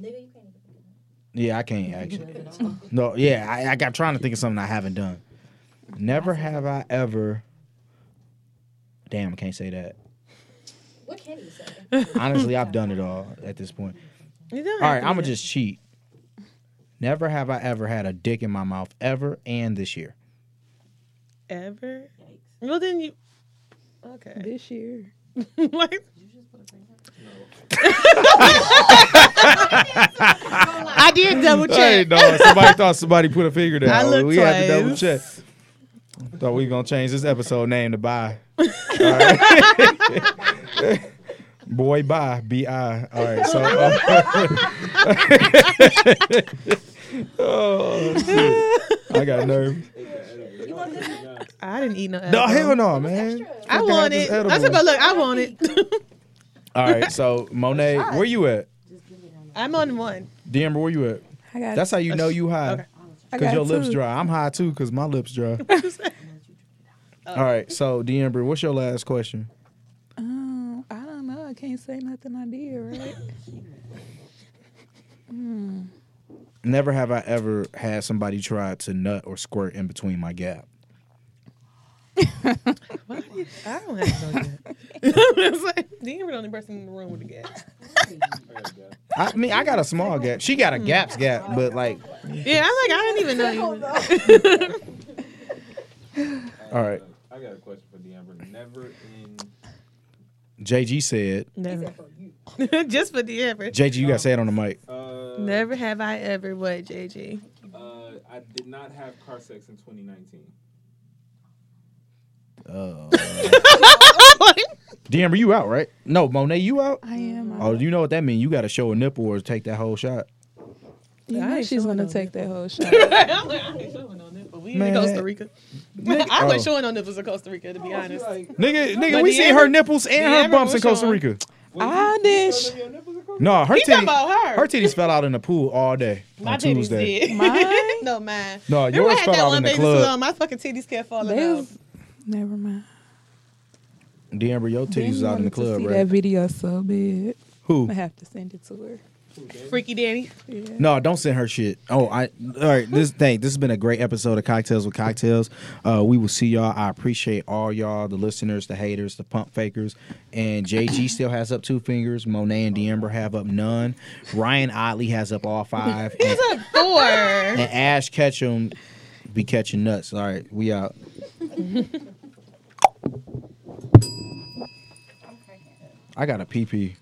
Nigga, you can't. even-
Yeah, I can't actually. No, yeah, I, I got trying to think of something I haven't done. Never have I ever. Damn, I can't say that.
What can you say?
Honestly, I've done it all at this point.
You don't
All
have
right,
to
I'm
do
gonna just cheat. Never have I ever had a dick in my mouth ever, and this year.
that. Ever?
Yikes.
Well, then you. Okay.
This year.
Like,
Did you just put a finger?
I did double
Hey,
check.
no, somebody thought somebody put a finger down.
I looked
we had to double
twice.
check. Thought we were gonna change this episode name to Bye. Boy, bye, B I. All right, so. uh, oh, shit. I got nervous.
You want this?
I didn't eat no. Apple.
No, hell no, man.
Extra.
I
Fuck, got
want
this
it. I
edible.
said, but look, I want it.
All right, so Monet, where you at?
Just give it on
I'm on one.
Damn, where you at?
I got.
That's how you know you
Okay.
high.
I
Cause
got
your lips
two.
dry. I'm high too, cause my lips dry.
Oh.
All right, so D'Amber, what's your last question?
Um, I don't know. I can't say nothing I did, right?
Never have I ever had somebody try to nut or squirt in between my gap.
Why do you- I don't have no gas. it's like, damn, we're the only person in the room with the gas.
I mean, I got a small gap. She got a
Hmm.
gaps gap, but like,
Yeah, I'm like, I didn't even know you.
all right.
I got a question for D'Amber. Never in
JG said,
Never. Just for the effort.
JG, you gotta say it on the mic.
uh,
Never have I ever what, JG?
uh, I did not have car sex in 2019.
D'Amber, you out, right? No, Monet, you out?
I am. uh,
Oh, you know what that mean? You gotta show a nipple or take that whole shot.
you
I
know
ain't
she's
showing
gonna
no
take that whole shot.
I'm like, I ain't showing on nipples. We
Man,
in Costa
that-
Rica. I was
oh.
showing on nipples in Costa Rica, to be honest.
Nigga, nigga,
But
we seen her
D'Amber-
nipples and her
D'Amber
bumps in
was
Costa
showing.
Rica.
I did. sh-
No, her
He talking
titty,
about her.
her titties fell out in the pool all day
My
on
titties
Tuesday.
did.
Mine?
no, mine.
No,
Remember I
yours
had
fell
that
out in
one
the
baby
club.
too long. My fucking titties kept falling
They
out.
was- Never mind.
D'Amber, your
Then
titties was
you
out in the
wanted to
club,
see
right?
That video so bad.
Who?
I have to send it to her.
Freaky Danny.
Yeah.
No, don't send her shit. Oh, I all right. This thing. This has been a great episode of Cocktails with Cocktails. Uh, we will see y'all. I appreciate all y'all, the listeners, the haters, the pump fakers, and JG still has up two fingers. Monet and D'Amber have up none. Ryan Otley has up all five, and,
Four.
and Ash Ketchum be catching nuts. All right, we out. I got a pee pee.